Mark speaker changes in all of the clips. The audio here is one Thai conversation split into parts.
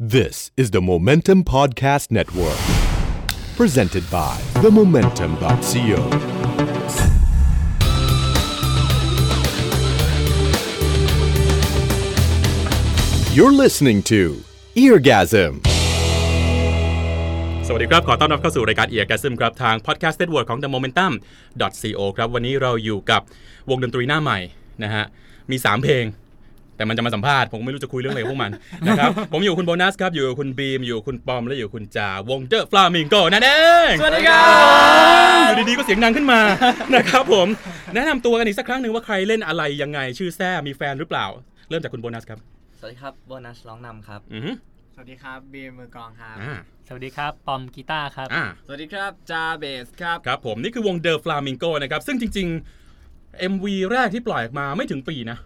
Speaker 1: This is the Momentum Podcast Network, presented by themomentum.co. You're listening to Eargasm.
Speaker 2: สวัสดีครับ ขอต้อนรับเข้าสู่รายการเอียร์แกซึมครับ ทาง podcast network ของ The Momentum co ครับ วันนี้เราอยู่กับวงดนตรีหน้าใหม่นะฮะ มี 3 เพลง แต่มันจะมาสัมภาษณ์ ผมไม่รู้จะคุยเรื่องอะไรกับพวกมัน นะครับ ผมอยู่กับคุณโบนัสครับ อยู่กับคุณบีม อยู่กับคุณปอม และอยู่กับคุณจา วงเดอะฟลามิงโกนั่นเอง สวัสดีครับอยู่ดีๆก็เสียงดังขึ้นมา นะครับผม แนะนำตัวกันอีกสักครั้งหนึ่งว่าใครเล่นอะไรยังไง ชื่อแท้มีแฟนหรือเปล่า เริ่มจากคุณโบนัสครับ
Speaker 3: สวัสดีครับโบนัสร้องนำครับ
Speaker 2: อือฮึ
Speaker 4: สวัสดีครับบีมมือกลองครับ
Speaker 2: อ่า
Speaker 5: สวัสดีครับ ปอมกีตาร์ครับ
Speaker 2: อ่า
Speaker 4: สวัสดีครับจาเบสครับ
Speaker 2: ครับผมนี่คือวงเดอ f ฟลามิงโกนะครับ ซึ่งจริง ๆ MV แรกที่ปล่อยออกมาไม่ถึงปีนะ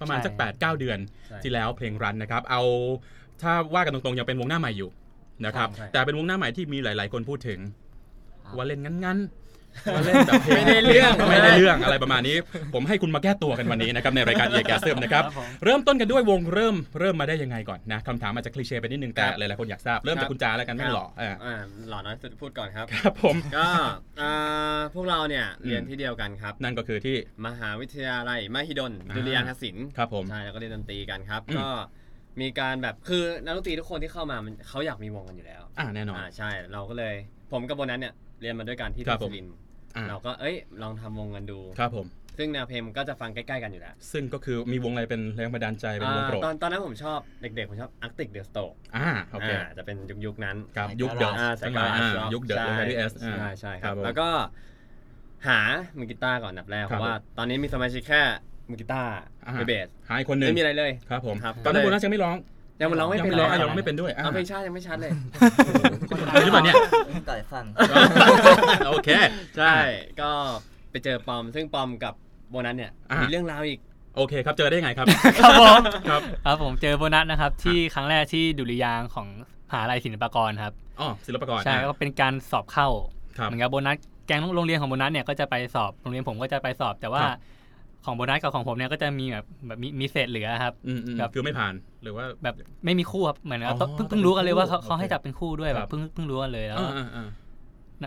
Speaker 2: ประมาณสัก
Speaker 5: ใช่
Speaker 2: 8 9 เดือน
Speaker 3: ใช่
Speaker 2: ที่แล้วเพลงรันนะครับ เอาถ้าว่ากันตรงๆ ยังเป็นวงหน้าใหม่อยู่นะครับ
Speaker 3: ใช่ใช่
Speaker 2: แต่เป็นวงหน้าใหม่ที่มีหลาย ๆ คนพูดถึง
Speaker 3: ครับ
Speaker 2: ว่าเล่นงั้นๆว่าเล่นแบบพล
Speaker 4: ไม่ได้เรื่อง
Speaker 2: ไม่ได้เรื่องอะไรประมาณนี้ ผมให้คุณมาแก้ตัวกันวันนี้นะครับในรายการเอียแกเซิมนะครับ
Speaker 5: ผม
Speaker 2: เริ่มต้นกันด้วยวงเริ่มเริ่มมาได้ยังไงก่อนนะคำถามอาจจะคลีเช่ไปนิดนึงแต่
Speaker 4: ครับ
Speaker 2: หลายๆคนอยากทราบเริ่ม
Speaker 4: ครั
Speaker 2: จาก
Speaker 4: บ
Speaker 2: คุณจาแล้วกันไม่
Speaker 4: ครับ
Speaker 2: หล่ออ่า
Speaker 4: อ่าหล่อน้อยสุดพูดก่อนครับ
Speaker 2: ครับผม
Speaker 4: ก็อ่าพวกเราเนี่ย เรียน
Speaker 2: อืม
Speaker 4: ที่เดียวกันครับ
Speaker 2: นั่นก็คือที่
Speaker 4: มหาวิทยาลัยมหิดล
Speaker 2: อ่า
Speaker 4: ดุริยางคศิลป์
Speaker 2: ครับผม
Speaker 4: ใช่ แล้วก็เรียนดนตรีกันครับ
Speaker 2: อืม
Speaker 4: ก็มีการแบบคือนักดนตรีทุกคนที่เข้ามามันเขาอยากมีวงกันอยู่แล้ว
Speaker 2: อ่าแน่นอน
Speaker 4: อ่าใช่เราก็เลย ผมกับโบนัสเนี่ยเรียนมาด้วยกันที่
Speaker 2: ครับผม
Speaker 4: สุรินทร์
Speaker 2: อ่า
Speaker 4: เราก็เอ้ยลองทำวงกันดู
Speaker 2: ครับผม
Speaker 4: ซึ่งแนวเพลงมันก็จะฟังใกล้ๆกันอยู่แล้ว
Speaker 2: ซึ่งก็คือมีวงอะไรเป็นแรงบันดาลใจเป็นวงโปรด
Speaker 4: อ่าตอนตอนนั้นผมชอบเด็กๆผมชอบอาร์ติกเดอะสโตก
Speaker 2: อ่าโอเค
Speaker 4: จะเป็นยุคๆนั้น
Speaker 2: ครับยุคเดอะ
Speaker 4: อ่าส
Speaker 2: ทั้งห
Speaker 4: กา
Speaker 2: ลาย ย
Speaker 4: อา
Speaker 2: อ่า
Speaker 4: ร์ต
Speaker 2: ยุคเดอะ
Speaker 4: ใช่
Speaker 2: แคดีเอส
Speaker 4: ใช่ใช่ครับ
Speaker 2: ผม
Speaker 4: แล้วก็หามือกีตาร์ก่อนอันดับแรก
Speaker 2: ค
Speaker 4: เพ
Speaker 2: รับ
Speaker 4: ราะว่าตอนนี้มีสมาชิกแค่มือกีตาร์
Speaker 2: อ่า
Speaker 4: มือเบส
Speaker 2: หายคนหนึ่ง
Speaker 4: ไม่มีอะไรเลย
Speaker 2: ครับผม
Speaker 4: ครับ
Speaker 2: ตอนนั้น
Speaker 4: ก็เลย
Speaker 2: โบนัสยังไม่ร้อง
Speaker 4: ยังมันร้องไม่เป็น
Speaker 2: ร้อง
Speaker 4: เลย
Speaker 2: อ่ะยังไม่เป็นด้วยอ่ะ
Speaker 4: เอาเพลงชาติยังไม่ชัดเลย
Speaker 2: เดี๋ยวหรือเปล่าเนี่ย
Speaker 3: ก่อยฟัง
Speaker 2: โอเค
Speaker 4: ใช่ ก็ไปเจอปอม ซึ่งปอมกับโบนัสเนี่ย
Speaker 2: อ่ามี
Speaker 4: มีเรื่องราวอีก
Speaker 2: โอเคครับเจอได้ยังไงครับ
Speaker 5: ครับผม
Speaker 2: ครับ
Speaker 5: ครับผมเจอโบนัสนะครับ ที่ครั้งแรกที่ดุริยางค์ของมหาลัยศิลปากรครับ
Speaker 2: อ๋อศิลปากร
Speaker 5: ใช่ก็เป็นการสอบเข้า
Speaker 2: ครับ
Speaker 5: เหมือนกับโบนัสแกงโรงเรียนของโบนัสเนี่ยก็จะไปสอบโรงเรียนผมก็จะไปสอบแต่ว่า
Speaker 2: ครับ
Speaker 5: ของโบนัสกับของผมเนี่ยก็จะมีแบบแบบมีมีเศษเหลือครับ
Speaker 2: อืมอืม
Speaker 5: แบบ
Speaker 2: คือไม่ผ่านหรือว่า
Speaker 5: แบบไม่มีคู่ครับเหมือนกับ
Speaker 2: อ๋อ
Speaker 5: เพิ่งเพิ่งรู้กันเลยว่าเขา
Speaker 2: โอเค
Speaker 5: เขาให้จับเป็นคู่ด้วย
Speaker 2: ค
Speaker 5: แบ
Speaker 2: รับ
Speaker 5: บเพิ่งเพิ่งรู้กันเลยแล้ว
Speaker 2: อ่าอ่าอ่า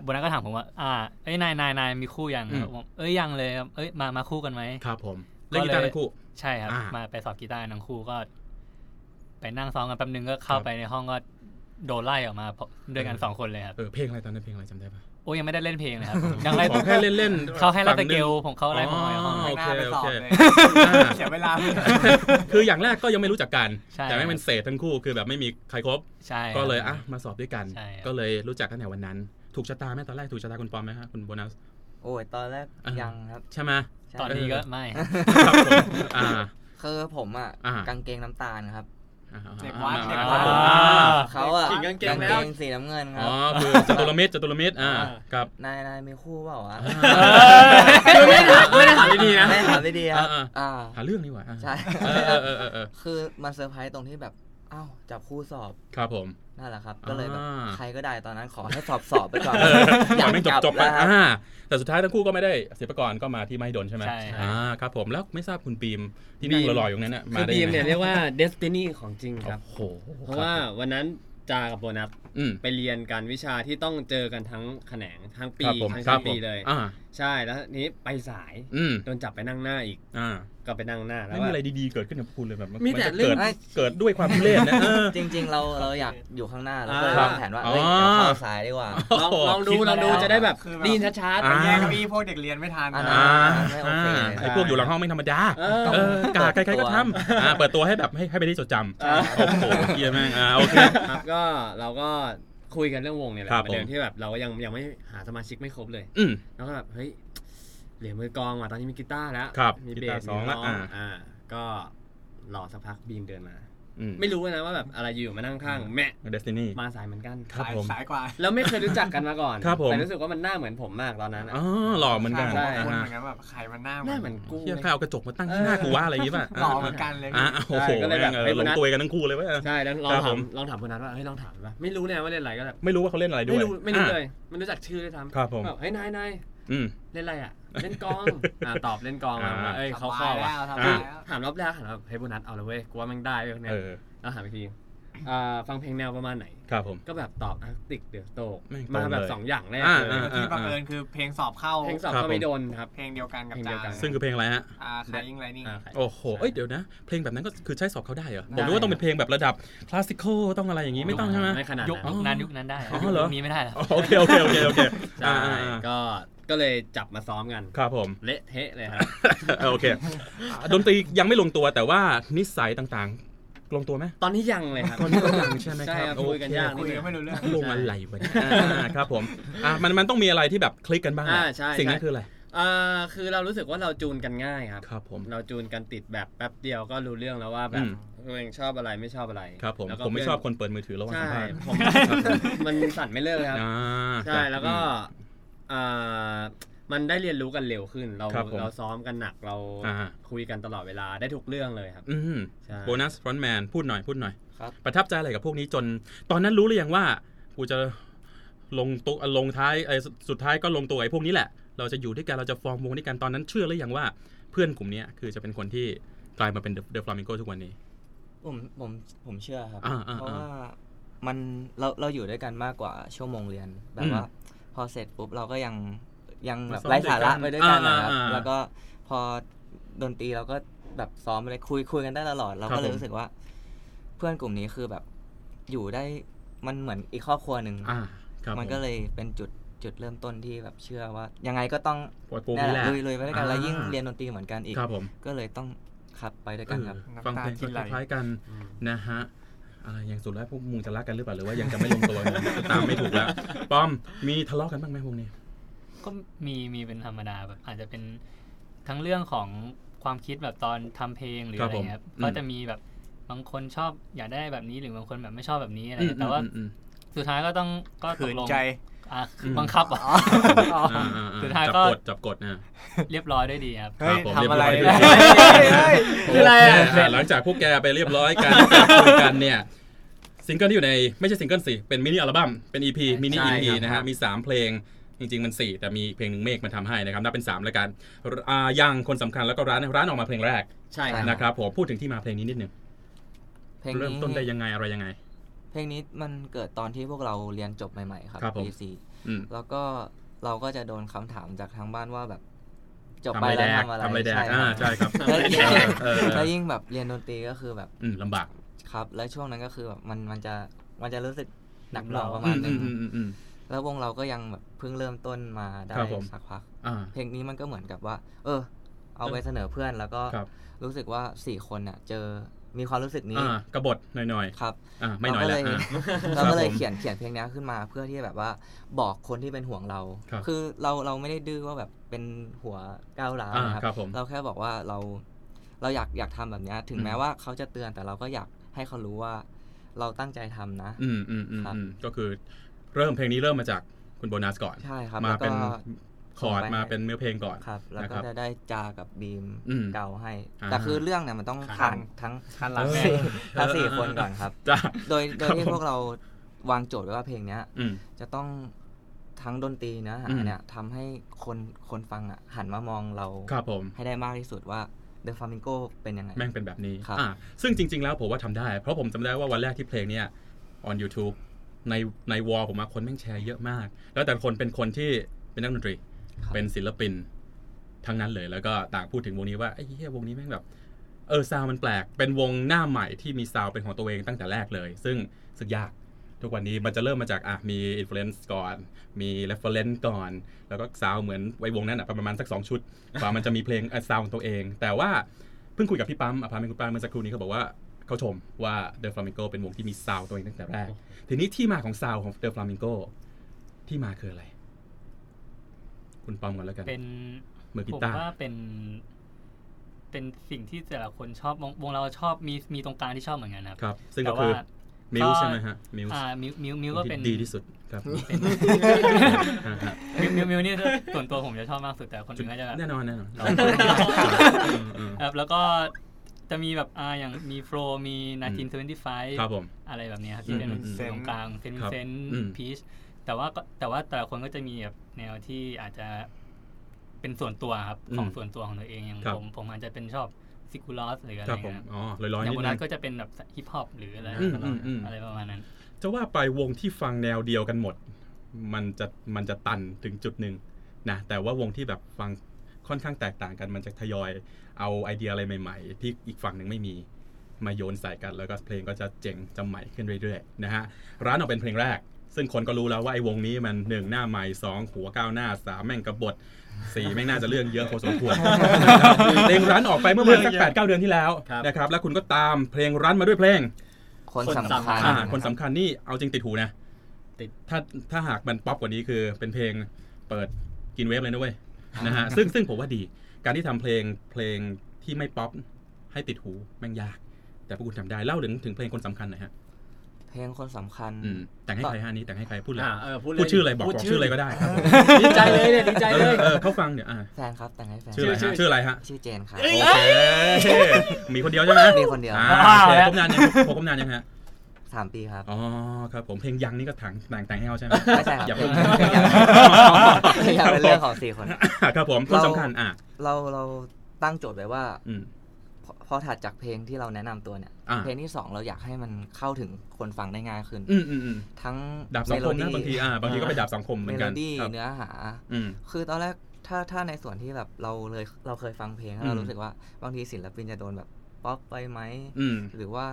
Speaker 5: โบนัสก็ถามผมว่าอ่าเอ้ยนายนายนายมีคู่ยัง
Speaker 2: อืม
Speaker 5: ผมเอ้ยยังเลยครับเอ้ยมามาคู่กันไหม
Speaker 2: ครับผมเล่นกีตาร์ทั้งคู่
Speaker 5: ใช่ครับ
Speaker 2: อ่า
Speaker 5: มาไปสอบกีตาร์ทั้งคู่ก็ ไปนั่งซ้อมกันแป๊บนึงก็เข้า
Speaker 2: ครับ
Speaker 5: ไปในห้องก็โดนไล่ออกมาเพราะด้วยกัน
Speaker 2: เออ
Speaker 5: สองคนเลยครับ
Speaker 2: เออเพลงอะไรตอนนั้นเพลงอะไรจำได้ปะ
Speaker 5: โอ้ยังไม่ได้เล่นเพลงเลยครับ ยังไล่
Speaker 2: ขอแค่เล่นเล่น
Speaker 5: เขาให้ไล่ตะเกลผมเขาไล่ผมไว้ในห้อง
Speaker 2: โอเคโอเค
Speaker 6: เสียเวลา
Speaker 2: คืออย่างแรกก็ยังไม่รู้จักกัน
Speaker 5: ใช่
Speaker 2: แต่ไม่งเป็นเศษทั้งคู่คือแบบไม่มีใครครบ
Speaker 5: ใช่ครับ
Speaker 2: ก็เลยอ่ะมาสอบด้วยกัน
Speaker 5: ใช่ครับ
Speaker 2: ก็เลยรู้จักกันแต่วันนั้น ถูกชะตาไหมตอนแรกถูกชะตาคุณปอมไหมฮะคุณโบนัส
Speaker 3: โอ้ย ตอนแรก
Speaker 2: อ่ะ
Speaker 3: ยังครับ
Speaker 2: ใช่ไหม
Speaker 3: ใช่
Speaker 5: ตอนนี้ก็
Speaker 2: เออ
Speaker 5: ไม่
Speaker 2: ครับผมอ่า
Speaker 3: คือผมอ่ะ
Speaker 2: อ่า
Speaker 3: กางเกงน้ำตาลครับ
Speaker 2: อ่าอ่า
Speaker 6: เด็กวัด
Speaker 2: อ่า
Speaker 6: เด็ก
Speaker 2: อ่า
Speaker 6: วัด
Speaker 2: อ่า
Speaker 3: เขาอ่ะ
Speaker 4: กางเกงแล้ว
Speaker 3: สีน้ำเงินค
Speaker 2: อ๋
Speaker 3: รั
Speaker 2: อบ คือจตุรมิตรจตุรมิตรอ่า
Speaker 4: อ่า
Speaker 2: ครับ
Speaker 3: นายนายมีคู่เปล่าวะ
Speaker 4: คือไม่ได้ถามไม่ได้ถามดีๆนะ
Speaker 3: ไม่ถามไม่ดีครับ
Speaker 2: อ่า
Speaker 3: อ่า
Speaker 2: หาเรื่องนี่หว่าอ่า
Speaker 3: ใช่
Speaker 2: เออเออเออเออเออ
Speaker 3: คือมันเซอร์ไพรส์ตรงที่แบบ อ้าว จับคู่สอบ
Speaker 2: ครับผม
Speaker 3: นั่นแหละครับ ก็เลยแบบ
Speaker 2: อ่า
Speaker 3: ใครก็ได้ตอนนั้นขอให้สอบสอบไปก่อน
Speaker 2: เออก่อนไม่จบจบไป
Speaker 3: แล้วครับ
Speaker 2: อ่าแต่สุดท้ายทั้งคู่ก็ไม่ได้เสียประกรก็มาที่ไม่ดนใช่ไหม
Speaker 5: ใช่ครับ
Speaker 2: อ่าครับผมแล้วไม่ทราบคุณบีมที่นั่ง
Speaker 4: บีม
Speaker 2: หล่อๆอยู่นั้นน่ะมา
Speaker 4: คือ
Speaker 2: ได้
Speaker 4: บี
Speaker 2: ยั
Speaker 4: ม
Speaker 2: งไง
Speaker 4: เนี่ยเรียกว่าเดสตินีของจริงครับ
Speaker 2: โอ้โห
Speaker 4: เพราะว่าวันนั้นจากับโบนัส
Speaker 2: อืม
Speaker 4: ไปเรียนการวิชาที่ต้องเจอกันทั้งแขนงทั้งปี
Speaker 2: ครับผม
Speaker 4: ทั้ง
Speaker 2: ครับ
Speaker 4: ชั้น
Speaker 2: ผ
Speaker 4: ปี
Speaker 2: ม
Speaker 4: เลย
Speaker 2: อ่า
Speaker 4: ใช่แล้วทีนี้ไปสาย
Speaker 2: อืม
Speaker 4: โดนจับไปนั่งหน้าอีก
Speaker 2: อ่า
Speaker 4: ก็ไปนั่งหน้าแล้ว
Speaker 2: ไม่มี
Speaker 4: ว่า
Speaker 2: อะไรดีๆ เกิดขึ้นกับคุณเลยแบบน
Speaker 4: มีแต่
Speaker 2: นจะ
Speaker 4: เรื่อง
Speaker 2: กิดเกิดด้วยความทุเล่น นะเออ
Speaker 3: จริงๆ เราเราอยากอยู่ข้างหน้าเราก็เล
Speaker 2: อ่าว
Speaker 3: ยางแผนว่าเอ้ย
Speaker 2: อ๋อ
Speaker 3: เดี๋ยวเข้าซ้ายดีกว่า
Speaker 4: ลองลองดู
Speaker 6: คิด
Speaker 4: ล
Speaker 6: มา
Speaker 4: องดู
Speaker 6: แล้ว
Speaker 4: จะได้แบบ
Speaker 6: คือแบบ
Speaker 4: ไดีนชัด
Speaker 2: อ่า
Speaker 6: แย่งพี่พวกเด็กเรียนไม่ทัน
Speaker 3: อันนั้น
Speaker 2: อ่า
Speaker 3: ไม่โอเค
Speaker 2: ไอ้พวกอยู่หลังห้องไม่ธรรมดา
Speaker 4: ๆเออ
Speaker 2: เออกาใครๆก็ทำอ่าเปิดตัวให้แบบให้ให้ไปนที่จดจ
Speaker 4: อ่า
Speaker 2: ำโอ้โหเกียแม่งอ่าโอเค
Speaker 4: ครับก็เราก็คุยกันเรื่องวงเนี่ยแหละ
Speaker 2: ครับ
Speaker 4: เป็นเรื่อ
Speaker 2: ผม
Speaker 4: งที่แบบเราก็ยังยังไม่หาสมาชิกไม่ครบเลย
Speaker 2: อืม
Speaker 4: แล้วก็แบบเฮ้ยเหลือมือกลองว่ะตอนนี้มีกีตาร์แล้ว
Speaker 2: ครับ
Speaker 4: มี
Speaker 2: กี
Speaker 4: เบ
Speaker 2: ตาร์
Speaker 4: ส
Speaker 2: สอง
Speaker 4: มี
Speaker 2: ละ
Speaker 4: ร้
Speaker 2: อ่า
Speaker 4: อ่า ก็รอสักพักบีมเดินมา
Speaker 2: อืม
Speaker 4: ไม่รู้นะว่าแบบอะไรอยู่มานั่งข้างแม่
Speaker 2: เดสตินี
Speaker 4: มาสายเหมือนกัน
Speaker 2: ครับ
Speaker 6: สาย
Speaker 2: ผม
Speaker 6: สายกว่า
Speaker 4: แล้วไม่เคยรู้จักกันมาก่อน
Speaker 2: ครับผม
Speaker 4: แต่รู้สึกว่ามันหน้าเหมือนผมมากตอนนั้นอะ
Speaker 2: อ๋อหล่อเหมือนกัน
Speaker 6: ใช่ผม
Speaker 2: อ่า
Speaker 6: เหมือนกันแบบใครมันหน้า
Speaker 4: หน้าเหมือนกู
Speaker 2: เฮีย
Speaker 4: เลย
Speaker 2: ใครเอากระจกมาตั้งที่หน้ากูว่าอะไรอย่างงี้ป่ะ
Speaker 6: หล่อเหมือนกันเลย
Speaker 2: อ่าโอ้โห
Speaker 4: ใช่ก็เลยแบบ
Speaker 2: แม่งเอ
Speaker 4: เฮ้
Speaker 2: อย หล
Speaker 4: วัน
Speaker 2: ง
Speaker 4: นั้น
Speaker 2: ตัวกันทั้งคู่เลยเว้ย
Speaker 4: ใช่แล้วลอง
Speaker 2: ครับผ
Speaker 4: ถาม มลองถามคนนั้นว่าเฮ้ยลองถามว่าไม่รู้เนี่ยว่าเล่นอะไรก็แบบ
Speaker 2: ไม่รู้ว่าเขาเล่นอะไรด้ว
Speaker 4: ไม่
Speaker 2: ย
Speaker 4: รู้ไม่รู้
Speaker 2: อ่า
Speaker 4: เลยไม่รู้จักชื่อเลยทำ
Speaker 2: ครับผม
Speaker 4: แบบเฮ้ยนายนาย
Speaker 2: อืม
Speaker 4: เล่นอะไรอ่ะเล่นกล องอ่าตอบเล่นกลอง
Speaker 2: อ่า
Speaker 4: มาเอ้ยเขา
Speaker 6: ทำ
Speaker 4: เข้า
Speaker 6: ลายแล้ว
Speaker 4: อ่ะ
Speaker 6: ทำ
Speaker 2: อ่
Speaker 6: ลาย
Speaker 4: อ่ะ
Speaker 6: แล้ว
Speaker 4: ถามรอบแรกถามแบบเฮ้ยโบนัสเอาละเว้ยกูว่าแม่งได้เว้ยเนี่ย
Speaker 2: เออ
Speaker 4: แล้วถามอีกที อ่าฟังเพลงแนวประมาณไหน
Speaker 2: ครับผม
Speaker 4: ก็แบบตอบอาร์ติกเดือดโตก
Speaker 2: แม่งตรง
Speaker 4: มาแบบ
Speaker 2: เลย
Speaker 4: สองอย่างแรก
Speaker 2: อ่า
Speaker 4: เลย
Speaker 2: อ่า
Speaker 6: ที่บังเอิญคือเพลงสอบเข้า
Speaker 4: เพลงสอบ
Speaker 2: ครับ
Speaker 4: ก็
Speaker 2: ผ
Speaker 4: ไม่
Speaker 2: ม
Speaker 4: โดนครับ
Speaker 6: เพลงเดียวกันกับ
Speaker 4: เพลงเดี
Speaker 6: จา
Speaker 4: ยวกัน
Speaker 2: ซึ่งคือเพลงอะไรฮะ
Speaker 6: อ่าใครยิ่งไรนิ่ง
Speaker 4: อ่า
Speaker 2: โอ้โห เอ้ย เดี๋ยวนะ เพลงแบบนั้นก็คือใช้สอบเขาได้เหรอ
Speaker 4: ได้
Speaker 2: ผมนึกว่าต้องเป็นเพลงแบบระดับคลาสสิคอลต้องอะไรอย่างนี้ไม่ต้องใช่ไหม
Speaker 4: ไม่ขนาด
Speaker 5: ยุค
Speaker 4: นั้
Speaker 5: ยุ
Speaker 4: น
Speaker 5: คนั้นยุคนั้นได้
Speaker 2: อ๋อเหรอ
Speaker 5: ยุคนี้ไม่ได้แล้ว
Speaker 2: อ๋อโอเค โอเค โอเค โอเค
Speaker 4: ใช่
Speaker 2: อ่าอ่าอ่า
Speaker 4: ก็ก็เลยจับมาซ้อมกัน
Speaker 2: ครับผม
Speaker 4: เละเทะเลยครับ
Speaker 2: เออโอเค ดนตรียังไม่ลงตัวแต่ว่านิสัยต่างๆ ลงตัวไหม
Speaker 4: ตอนนี้ยังเลยครับ
Speaker 2: ตอนนี้ก็ยังใช่ไหมครับ
Speaker 4: ใช่ครับ
Speaker 2: โอเค
Speaker 4: คุยกันยากนิ
Speaker 6: คุ
Speaker 4: ด
Speaker 6: ย
Speaker 4: นึ
Speaker 6: กั
Speaker 4: ง
Speaker 6: นไม่รู้เรื่อง
Speaker 2: ลงอะไรวะเนี่ย อ่าครับผมอ่ะมันมันต้องมีอะไรที่แบบคลิกกันบ้างอะ
Speaker 4: อ่าใช่
Speaker 2: สิ่งนั้
Speaker 4: ใช่
Speaker 2: นคืออะไร
Speaker 4: อ่าคือเรารู้สึกว่าเราจูนกันง่ายครับ
Speaker 2: ครับผม
Speaker 4: เราจูนกันติดแบบแป๊บเดียวก็รู้เรื่องแล้วว่าแบ
Speaker 2: อื
Speaker 4: บ
Speaker 2: ม
Speaker 4: ตัวเองชอบอะไรไม่ชอบอะไร
Speaker 2: ครับผม
Speaker 4: แล้วก็
Speaker 2: ผมไม่
Speaker 4: เพื่
Speaker 2: ชอบคนเปิดมือถือระหว่างสัมภา
Speaker 4: ใช่
Speaker 2: ษณ์
Speaker 4: ผม มันสั่นไม่เลิกเลยครับ
Speaker 2: อ่า
Speaker 4: ใช่
Speaker 2: ครับ
Speaker 4: แล้วก็อ่ามันได้เรียนรู้กันเร็วขึ้น เรา
Speaker 2: ครับผม
Speaker 4: เราซ้อมกันหนักเรา
Speaker 2: อ่า
Speaker 4: คุยกันตลอดเวลาได้ทุกเรื่องเลยครับ
Speaker 2: อืม
Speaker 4: ใช่
Speaker 2: โบนัสฟรอนแมนพูดหน่อยพูดหน่อย
Speaker 3: ครับ
Speaker 2: ประทับใจอะไรกับพวกนี้จน ตอนนั้นรู้หรือยังว่า กูจะลงตัวลงท้ายไอ้สุสุดท้ายก็ลงตัวไอ้พวกนี้แหละ เราจะอยู่ด้วยกันเราจะฟอร์มวงด้วยกันตอนนั้นเชื่อหรือยังว่าเพื่อนกลุ่มเนี้ยคือจะเป็นคนที่กลายมาเป็นเดอะฟลามิงโกทุกวันนี้
Speaker 3: ผมผมผมเชื่อครับ
Speaker 2: อ่าอ่า
Speaker 3: เพราะว่ามันเราเราอยู่ด้วยกันมากกว่าชั่วโมงเรียนแบ
Speaker 2: อื
Speaker 3: บ
Speaker 2: ม
Speaker 3: ว่า พอเสร็จปุ๊บเราก็ยังยัง
Speaker 2: มา
Speaker 3: แบบ
Speaker 2: ซ้อม
Speaker 3: ไร้สาระ
Speaker 2: ด้
Speaker 3: ไป
Speaker 2: วยกัน
Speaker 3: ด้วยกันนะครับ
Speaker 2: อ่าอ่าอ่า
Speaker 3: แล้วก็พอดนตรีเราก็แบบซ้อมไปเลยคุยคุยกันได้ตลอด เรา
Speaker 2: ครับ
Speaker 3: ก็เลย
Speaker 2: ผม
Speaker 3: รู้สึกว่า เพื่อนกลุ่มนี้คือแบบอยู่ได้มันเหมือนอีกครอบครัวหนึ่ง
Speaker 2: อ่าครับ
Speaker 3: มัน
Speaker 2: ผ
Speaker 3: ก็เลยเป็นจุดจุดเริ่มต้นที่แบบเชื่อว่า ยังไงก็ต้อง
Speaker 2: ปล่อยปู
Speaker 3: นั่น
Speaker 2: นี่แหละ
Speaker 3: แหละลุยลุยไปด้วยกันแล้วยิ่งเรียนดนตรีเหมือนกันอีก
Speaker 2: ครับผม
Speaker 3: ก็เลยต้องขับไปด้วยกันครับ
Speaker 2: เออฟังเพลง
Speaker 6: น้ำตาที่ไหล
Speaker 2: คล้ายๆกันนะฮะอะไรอย่างสุดแล้วพวกมึงจะรักกันหรือเปล่าหรือว่ายังจะไม่ลงตัวกันตามไม่ถูก แล้วป้อมมีทะเลาะกันบ้างไหมพวกนี้
Speaker 5: ก็มีมีเป็นธรรมดาแบบอาจจะเป็นทั้งเรื่องของความคิดแบบตอนทำเพลงหรือ
Speaker 2: ครั
Speaker 5: อะ
Speaker 2: บ
Speaker 5: ไร
Speaker 2: ผม
Speaker 5: เงี้ย
Speaker 2: อืม
Speaker 5: ก็จะมีแบบบางคนชอบอยากได้แบบนี้หรือบางคนแบบไม่ชอบแบบนี้อะไร
Speaker 2: อืม
Speaker 5: เงี้ยแต่ว่า
Speaker 2: อืมอืม
Speaker 5: สุดท้ายก็ต้องก็ต
Speaker 6: ขื
Speaker 5: ก
Speaker 6: น
Speaker 5: ลง
Speaker 6: ใจ
Speaker 5: อ่ะคือ
Speaker 2: ม
Speaker 5: บังคับเหรออ๋อ
Speaker 2: อ่าอ่าอ่า
Speaker 5: สุดท้าย
Speaker 2: จับ
Speaker 5: ก็
Speaker 2: กดจับกดนะ
Speaker 5: เรียบร้อยด้วยดีครับ
Speaker 6: เฮ้ย
Speaker 2: ผม
Speaker 6: ทำอะไร
Speaker 2: เรียบ
Speaker 6: เฮ้
Speaker 2: ร้อย
Speaker 6: ยเฮ้ย
Speaker 2: คืออะไรอ่ะหลังจากพวกแกไปเรียบร้อยกัน คุยกันเนี่ยซิงเกิลที่อยู่ในไม่ใช่ซิงเกิลสิเป็นมินิอัลบั้มเป็น EP มินิ
Speaker 4: ใช่
Speaker 2: EP
Speaker 4: ครับ
Speaker 2: นะฮะมี 3 เพลงจริง ๆ มัน 4 แต่มีเพลงหนึ่งเมฆมาทำให้นะครับนับเป็น 3 แล้วกันอ่ายังคนสำคัญแล้วก็ร้านร้านออกมาเพลงแรก
Speaker 4: ใช่
Speaker 3: อ่า
Speaker 4: ค
Speaker 2: นะ
Speaker 4: รับ
Speaker 2: ครับผมพูดถึงที่มาเพลงนี้นิดนึง
Speaker 3: เพลง
Speaker 2: เริ่ม
Speaker 3: นี้
Speaker 2: ต้นได้ยังไงอะไรยังไง
Speaker 3: เพลงนี้มันเกิดตอนที่พวกเราเรียนจบใหม่ ๆ ครับ
Speaker 2: ครับผม
Speaker 3: ปีสี่
Speaker 2: อืม
Speaker 3: แล้วก็เราก็จะโดนคำถามจากทางบ้านว่าแบบ จบ
Speaker 2: ทำ
Speaker 3: ไป
Speaker 2: อะไร
Speaker 3: แล้ว
Speaker 2: แดกทำ
Speaker 3: ทำอะไร
Speaker 2: อะไรแดก
Speaker 3: ค
Speaker 2: อ่า
Speaker 3: รับ
Speaker 2: ใช่ครับ
Speaker 3: แล้วยิ่ง
Speaker 2: เออเออ
Speaker 3: แล้วยิ่งแบบเรียนดนตรีก็คือแบบ
Speaker 2: อืมลำบาก
Speaker 3: ครับ แล้วช่วงนั้นก็คือแบบมันมันจะมันจะรู้สึกหนักห
Speaker 5: หนั
Speaker 3: น่ว
Speaker 5: ก
Speaker 3: ง
Speaker 5: หน่วง
Speaker 3: ประ
Speaker 2: อื
Speaker 3: มาณ
Speaker 2: ม
Speaker 3: หนึ
Speaker 2: อื
Speaker 3: ง
Speaker 2: มอืมอืมอืม
Speaker 3: แล้ววงเราก็ยังแบบเพิ่งเริ่มต้นมาได้
Speaker 2: ครับผม
Speaker 3: สักพัก
Speaker 2: อ่า
Speaker 3: เพลงนี้มันก็เหมือนกับว่า เออ เอาไปเสนอเพื่อนแล้วก็
Speaker 2: ครับ
Speaker 3: รู้สึกว่าสี่คนน่ะ เจอมีความรู้สึกนี้
Speaker 2: อ่ากบฏหน่อย
Speaker 3: ครับ
Speaker 2: ๆอ่าไม่น้อยแล้วอ่า
Speaker 3: เราก็เลยเราก็เล
Speaker 2: ค
Speaker 3: ย
Speaker 2: รับผม
Speaker 3: เขียนเขียนเพลงนี้ขึ้นมาเพื่อที่แบบว่าบอกคนที่เป็นห่วงเรา
Speaker 2: ครับ
Speaker 3: คือเราเราไม่ได้ดื้อว่าแบบเป็นหัวก้าวร้าว
Speaker 2: อ่า
Speaker 3: นะค
Speaker 2: ครั
Speaker 3: รับ
Speaker 2: ผม
Speaker 3: เราแค่บอกว่าเราเราอยากอยากทำแบบนี้ถึง
Speaker 2: อืม
Speaker 3: แม้ว่าเขาจะเตือนแต่เราก็อยากให้เขารู้ว่าเราตั้งใจทำนะ
Speaker 2: อืมอืมอืม
Speaker 3: ครับ
Speaker 2: อืมก็คือเริ่มเพลงนี้เริ่มมาจากคุณโบนัสก่อน
Speaker 3: ใช่ครับ
Speaker 2: มา
Speaker 3: แล้ว
Speaker 2: เป็
Speaker 3: ก็
Speaker 2: นคอร์ด
Speaker 3: ส่งไป
Speaker 2: มาเป็นเนื้อเพลงก่อน
Speaker 3: ครับ แล้วก็
Speaker 2: นะครับ
Speaker 3: จะได้จากับบีม
Speaker 2: อืม
Speaker 3: เกาให้
Speaker 2: อ่า
Speaker 3: แต่คือเรื่องเนี่ยมันต้องผ่านทั้ง
Speaker 6: คันหลังแม่
Speaker 3: ทั้งสี่คนก่อนครับ
Speaker 2: จ้า
Speaker 3: โดยโดยที่พวกเราวางโจทย์ไว้ว่าเพลงเนี้ย
Speaker 2: อืม
Speaker 3: จะต้องทั้งดนตรีเนื้อหา
Speaker 2: อืม
Speaker 3: เนี่ยทำให้คนคนฟังอ่ะหันมามองเรา
Speaker 2: ครับผม
Speaker 3: ให้ได้มากที่สุดว่า The Flamingo เป็นยังไง
Speaker 2: แม่งเป็นแบบนี้
Speaker 3: ครับ
Speaker 2: อ่ะซึ่งจริง ๆ แล้วผมว่าทำได้ เพราะผมจำได้ว่าวันแรกที่เพลงเนี้ย on YouTube ในในวอลผมว่าคนแม่งแชร์เยอะมาก แล้วแต่คนเป็นคนที่เป็นนักดนตรี
Speaker 3: ครับ
Speaker 2: เป็นศิลปินทั้งนั้นเลยแล้วก็ต่างพูดถึงวงนี้ว่าไอ้เหี้ยวงนี้แม่งแบบ เออซาวมันแปลก เป็นวงหน้าใหม่ที่มีซาวเป็นของตัวเองตั้งแต่แรกเลย ซึ่งสึกยาก ทุกวันนี้มันจะเริ่มมาจากอ่ะมีอิ f ฟ u e n เ e นซ์ก่อน มีเรฟเฟอเรนซ์ก่อน แล้วก็ซาวเหมือนไว้วงนั้นอ่ะประมาณสัก 2 ชุดกว่ามันจะมีเพลงซาวของตัวเอง แต่ว่าเพิ่งคุยกับพี่ปั๊มอภาเป็นคุณปั๊มเมื่อสักครู่นี้เขาบอกว่าเขาชมว่า The Flamingo เป็นวงที่มีซาวตัวเองตั้งแต่แรก ทีนี้ที่มาของซาวของ The Flamingo ที่มาคืออะไร คุณปั๊มกันแล้วกัน
Speaker 5: เป็น
Speaker 2: มือกี
Speaker 5: ผม
Speaker 2: ตาร์
Speaker 5: ว่าเป็น เป็นสิ่งที่แต่ละคนชอบวงวงเราชอบมีมีตรงกลางที่ชอบเหมือนกันครับ
Speaker 2: ครับ ซึ่ง
Speaker 5: แต่
Speaker 2: ก็คือ
Speaker 5: ว่า
Speaker 2: มิว
Speaker 5: ก็
Speaker 2: ใช่ไหมฮะมิว
Speaker 5: อ่ามิวมิวมิวก็เป็น
Speaker 2: ดีที่สุดครับฮะฮะ
Speaker 5: มิวมิวมิวนี่ส่วนตัวผมจะชอบมากสุดแต่คนอื่นก็จะแบบ
Speaker 2: แน่นอนแน่นอนเราอืมอืม
Speaker 5: ครับแล้วก็จะมีแบบอ่าอย่างมีโฟร์มีนาทีนเซเวนตี้ไฟ
Speaker 2: ครับผม
Speaker 5: อะไรแบบเนี้ยครับที่เป็น
Speaker 2: อืมอืม
Speaker 5: ตรงกลางเซน
Speaker 2: ครับ
Speaker 5: เซน
Speaker 2: อืม
Speaker 5: พีชแต่ว่าก็แต่ว่าแต่ละคนก็จะมีแบบแนวที่อาจจะเป็นส่วนตัวครับ ของส่วนตัวของตัวเองอย่างผมผมอาจจะเป็นชอบ ซิกูลอสหรืออะไร
Speaker 2: ครับผม
Speaker 5: เงี้ยครับ
Speaker 2: อ๋อลอยๆ
Speaker 5: อย่าง
Speaker 2: นิด
Speaker 5: โบ
Speaker 2: นึ
Speaker 5: ราง ณก็จะเป็นแบบฮิปฮอปหรืออะไร
Speaker 2: อืมอืมอืม
Speaker 5: อะไรประมาณนั้น
Speaker 2: จะว่าไปวงที่ฟังแนวเดียวกันหมด มันจะมันจะตันถึงจุดหนึ่งนะแต่ว่าวงที่แบบฟังค่อนข้างแตกต่างกัน มันจะทยอยเอาไอเดียอะไรใหม่ๆ ที่อีกฝั่งหนึ่งไม่มีมาโยนใส่กันแล้วก็เพลงก็จะเจ๋งจำใหม่ขึ้นเรื่อยๆนะฮะร้านออกเป็นเพลงแรก ซึ่งคนก็รู้แล้วว่าไอ้วงนี้มันหนึ่งหน้าใหม่สองหัวก้าวหน้าสามแม่งกบฏสี่แม่งน่าจะเรื่องเยอะพอสมควร นะครับเพลงร้านออกไปเมื่อประมาณสักแปดเก้าเดือนที่แล้ว
Speaker 4: ครับ
Speaker 2: นะครับแล้วคุณก็ตามเพลงร้านมาด้วยเพลง
Speaker 3: คน
Speaker 4: คน
Speaker 3: สำ
Speaker 4: สำคั
Speaker 3: คั
Speaker 4: ญ
Speaker 3: ญ
Speaker 2: อ่าคนสำคัญนี่เอาจริงติดหูนะ
Speaker 4: ติด
Speaker 2: ถ้าถ้าหากมันป๊อปกว่านี้คือเป็นเพลงเปิดกินเวฟเลยนะเว้ยนะฮะซึ่งซึ่งผมว่าดี การที่ทำเพลงเพลงที่ไม่ป๊อปให้ติดหูแม่งยาก แต่พวกคุณทำได้เล่าถึงถึงเพลงคนสำคัญหน่อยฮะ
Speaker 3: เพลงคนสำคัญ
Speaker 2: อืมแต่งให้ใครฮะอันนี้แต่งให้ใครพูดเลย
Speaker 4: อ่าเออพูดเลย
Speaker 2: พูดชื่ออะไรบอกบอกชื่ออะไรก็ได้ครับผม
Speaker 4: ดีใจเลยเนี่ยดีใจ
Speaker 2: เอ
Speaker 4: เล
Speaker 2: อย เออเขาฟังเนี่ยอ่า
Speaker 3: แฟนครับแต่งให้แฟน
Speaker 2: ชื่ออะไร
Speaker 4: ชื่
Speaker 2: ฮะ
Speaker 4: อ
Speaker 2: ชื่ออะไรฮะ
Speaker 3: ชื่อเจนครับ
Speaker 2: โอเคมีคนเดียวใช่ไหม
Speaker 3: มีคนเดียว
Speaker 2: อ่า
Speaker 5: ว้าว
Speaker 2: โอเค
Speaker 5: แล้ว
Speaker 2: ครบนานยังครบนานยังฮะ
Speaker 3: สามปีครับ
Speaker 2: อ๋อครับผมเพลงยังนี่ก็ถังแต่งแต่งให้เขาใช่ไหม
Speaker 3: ไม่ใช่ครับ
Speaker 2: อย่าพู
Speaker 3: เป็
Speaker 2: ด
Speaker 3: นอยากเป็นเรื่องของสี่คน
Speaker 2: ครับผมคนสำคัญอ่ะ
Speaker 3: เราเราตั้งโจทย์ไว้ว่า
Speaker 2: อืม
Speaker 3: พอพอถัดจากเพลงที่เราแนะนำตัวเนี่ย
Speaker 2: อ่า
Speaker 3: เพลงที่สองเราอยากให้มันเข้าถึงคนฟังได้ง่ายขึ้น
Speaker 2: อืมอืมอืม
Speaker 3: ทั้ง
Speaker 2: ดาบสังคมนะ
Speaker 3: เโลดี้
Speaker 2: บางทีอ่าบางทีก็ไปนดาบสังคมเหมื
Speaker 3: เม
Speaker 2: อน
Speaker 3: โล
Speaker 2: กัน
Speaker 3: ดี้
Speaker 2: ครับ
Speaker 3: เนื้อหา
Speaker 2: อืม
Speaker 3: คือตอนแรกถ้าถ้าในส่วนที่แบบเราเลยเราเคยฟังเพลงแล้ว
Speaker 2: อื
Speaker 3: เรา
Speaker 2: ม
Speaker 3: รู้สึกว่าบางทีศิลปินจะโดนแบบป๊อปไปไหม
Speaker 2: อืม
Speaker 3: หรือว่า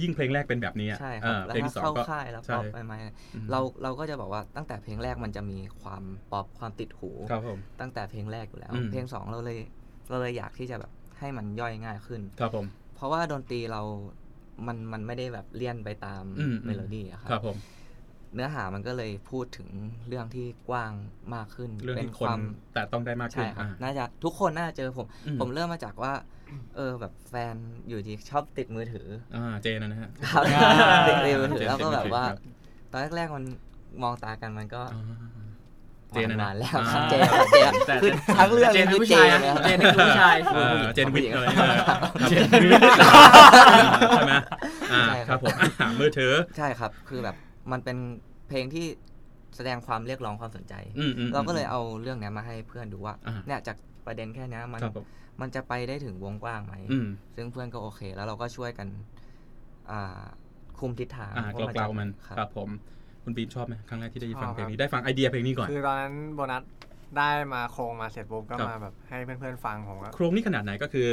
Speaker 2: ยิ่งเพลงแรกเป็นแบบนี้อ่ะ
Speaker 3: ใช่ค
Speaker 2: เออ
Speaker 3: รับแล้ว
Speaker 2: เพลง
Speaker 3: ถ้า
Speaker 2: ที่สอง
Speaker 3: เข้า
Speaker 2: ก็
Speaker 3: ค่ายแล้ว
Speaker 2: ใช่
Speaker 3: ป๊อปไปไหม
Speaker 2: อืม
Speaker 3: เราเราก็จะบอกว่าตั้งแต่เพลงแรกมันจะมีความป๊อปความติดหู
Speaker 2: ครับผม
Speaker 3: ตั้งแต่เพลงแรกอยู่แล้ว
Speaker 2: อืม
Speaker 3: เพลงสองเราเลยเราเลยอยากที่จะแบบให้มันย่อยง่ายขึ้น
Speaker 2: ครับผม
Speaker 3: เพราะว่าดนตรีเรา มัน มันไม่ได้แบบเลี่ยนไปตาม
Speaker 2: อืม
Speaker 3: เมโลดี้อะครั
Speaker 2: ครับผม
Speaker 3: เนื้อหามันก็เลยพูดถึงเรื่องที่กว้างมากขึ้น
Speaker 2: เรื่อง
Speaker 3: ป็
Speaker 2: ที่คน
Speaker 3: วาม
Speaker 2: แต่ต้องได้มากขึ้
Speaker 3: ใช่
Speaker 2: น
Speaker 3: ครับ
Speaker 2: อ่า
Speaker 3: น่าจะทุกคนน่าจะเจอผม
Speaker 2: อื
Speaker 3: ผมเริ่มมาจากว่า เออแบบแฟนอยู่ดีชอบติดมือถือ
Speaker 2: อ่าเจนนะฮะ
Speaker 3: ครับ
Speaker 5: อ่า
Speaker 3: ติดมือถือ
Speaker 2: เจน
Speaker 3: แล้วก็แบบว่า
Speaker 2: ติดมือถือครับ
Speaker 3: ตอนแรกๆมันมองตากันมันก็
Speaker 2: อ่าเจนนะ
Speaker 3: ห
Speaker 2: นะ
Speaker 3: วานๆแล้ว
Speaker 2: อ่า
Speaker 3: เจนเจน
Speaker 4: แต่
Speaker 3: คือทั้งเรื่อง
Speaker 4: เจน
Speaker 3: คื
Speaker 4: เป็น
Speaker 3: อ
Speaker 4: ผู้
Speaker 3: เจ
Speaker 4: ชาย
Speaker 3: น
Speaker 4: นะ
Speaker 3: เลยครับ
Speaker 4: เจนเป็นผู้ชาย
Speaker 2: เออเจนวิทย์
Speaker 3: ผู้
Speaker 2: เล
Speaker 3: หญิ
Speaker 2: ย
Speaker 3: ง
Speaker 2: เออครับเจนวิทย์ใช่ไหมอ่า
Speaker 3: ใช่
Speaker 2: ค
Speaker 3: ครั
Speaker 2: รับบ ผมอ่ามือถือ
Speaker 3: ใช่ครับ คือแบบมันเป็นเพลงที่แสดงความเรียกร้องความสนใจ
Speaker 2: อืมอืม
Speaker 3: เราก็เลยเอาเรื่องเนี้ยมาให้เพื่อนดูว่า
Speaker 2: อ่า
Speaker 3: เนี่ยจากประเด็นแค่เนี้ยมัน
Speaker 2: ครับผม
Speaker 3: มันจะไปได้ถึงวงกว้างไหม
Speaker 2: อืม
Speaker 3: ซึ่งเพื่อนก็โอเค แล้วเราก็ช่วยกัน อ่าคุมทิศทาง
Speaker 2: อ่า
Speaker 3: ว่
Speaker 2: เกลาๆมัน
Speaker 3: จะครับ
Speaker 2: ครับผมคุณบีมชอบไหมครั้งแรกที่ได้ฟัง
Speaker 6: ชอบ
Speaker 2: เพลง
Speaker 6: ครับ
Speaker 2: นี้ได้ฟังไอเดียเพลงนี้ก่อน
Speaker 6: คือตอนนั้นโบนัสได้มาโครงมาเสร็จปุ๊บก็
Speaker 2: ครับ
Speaker 6: มาแบบให้เพื่อนๆฟังผมก็
Speaker 2: โครงนี่ขนาดไหนก็คือ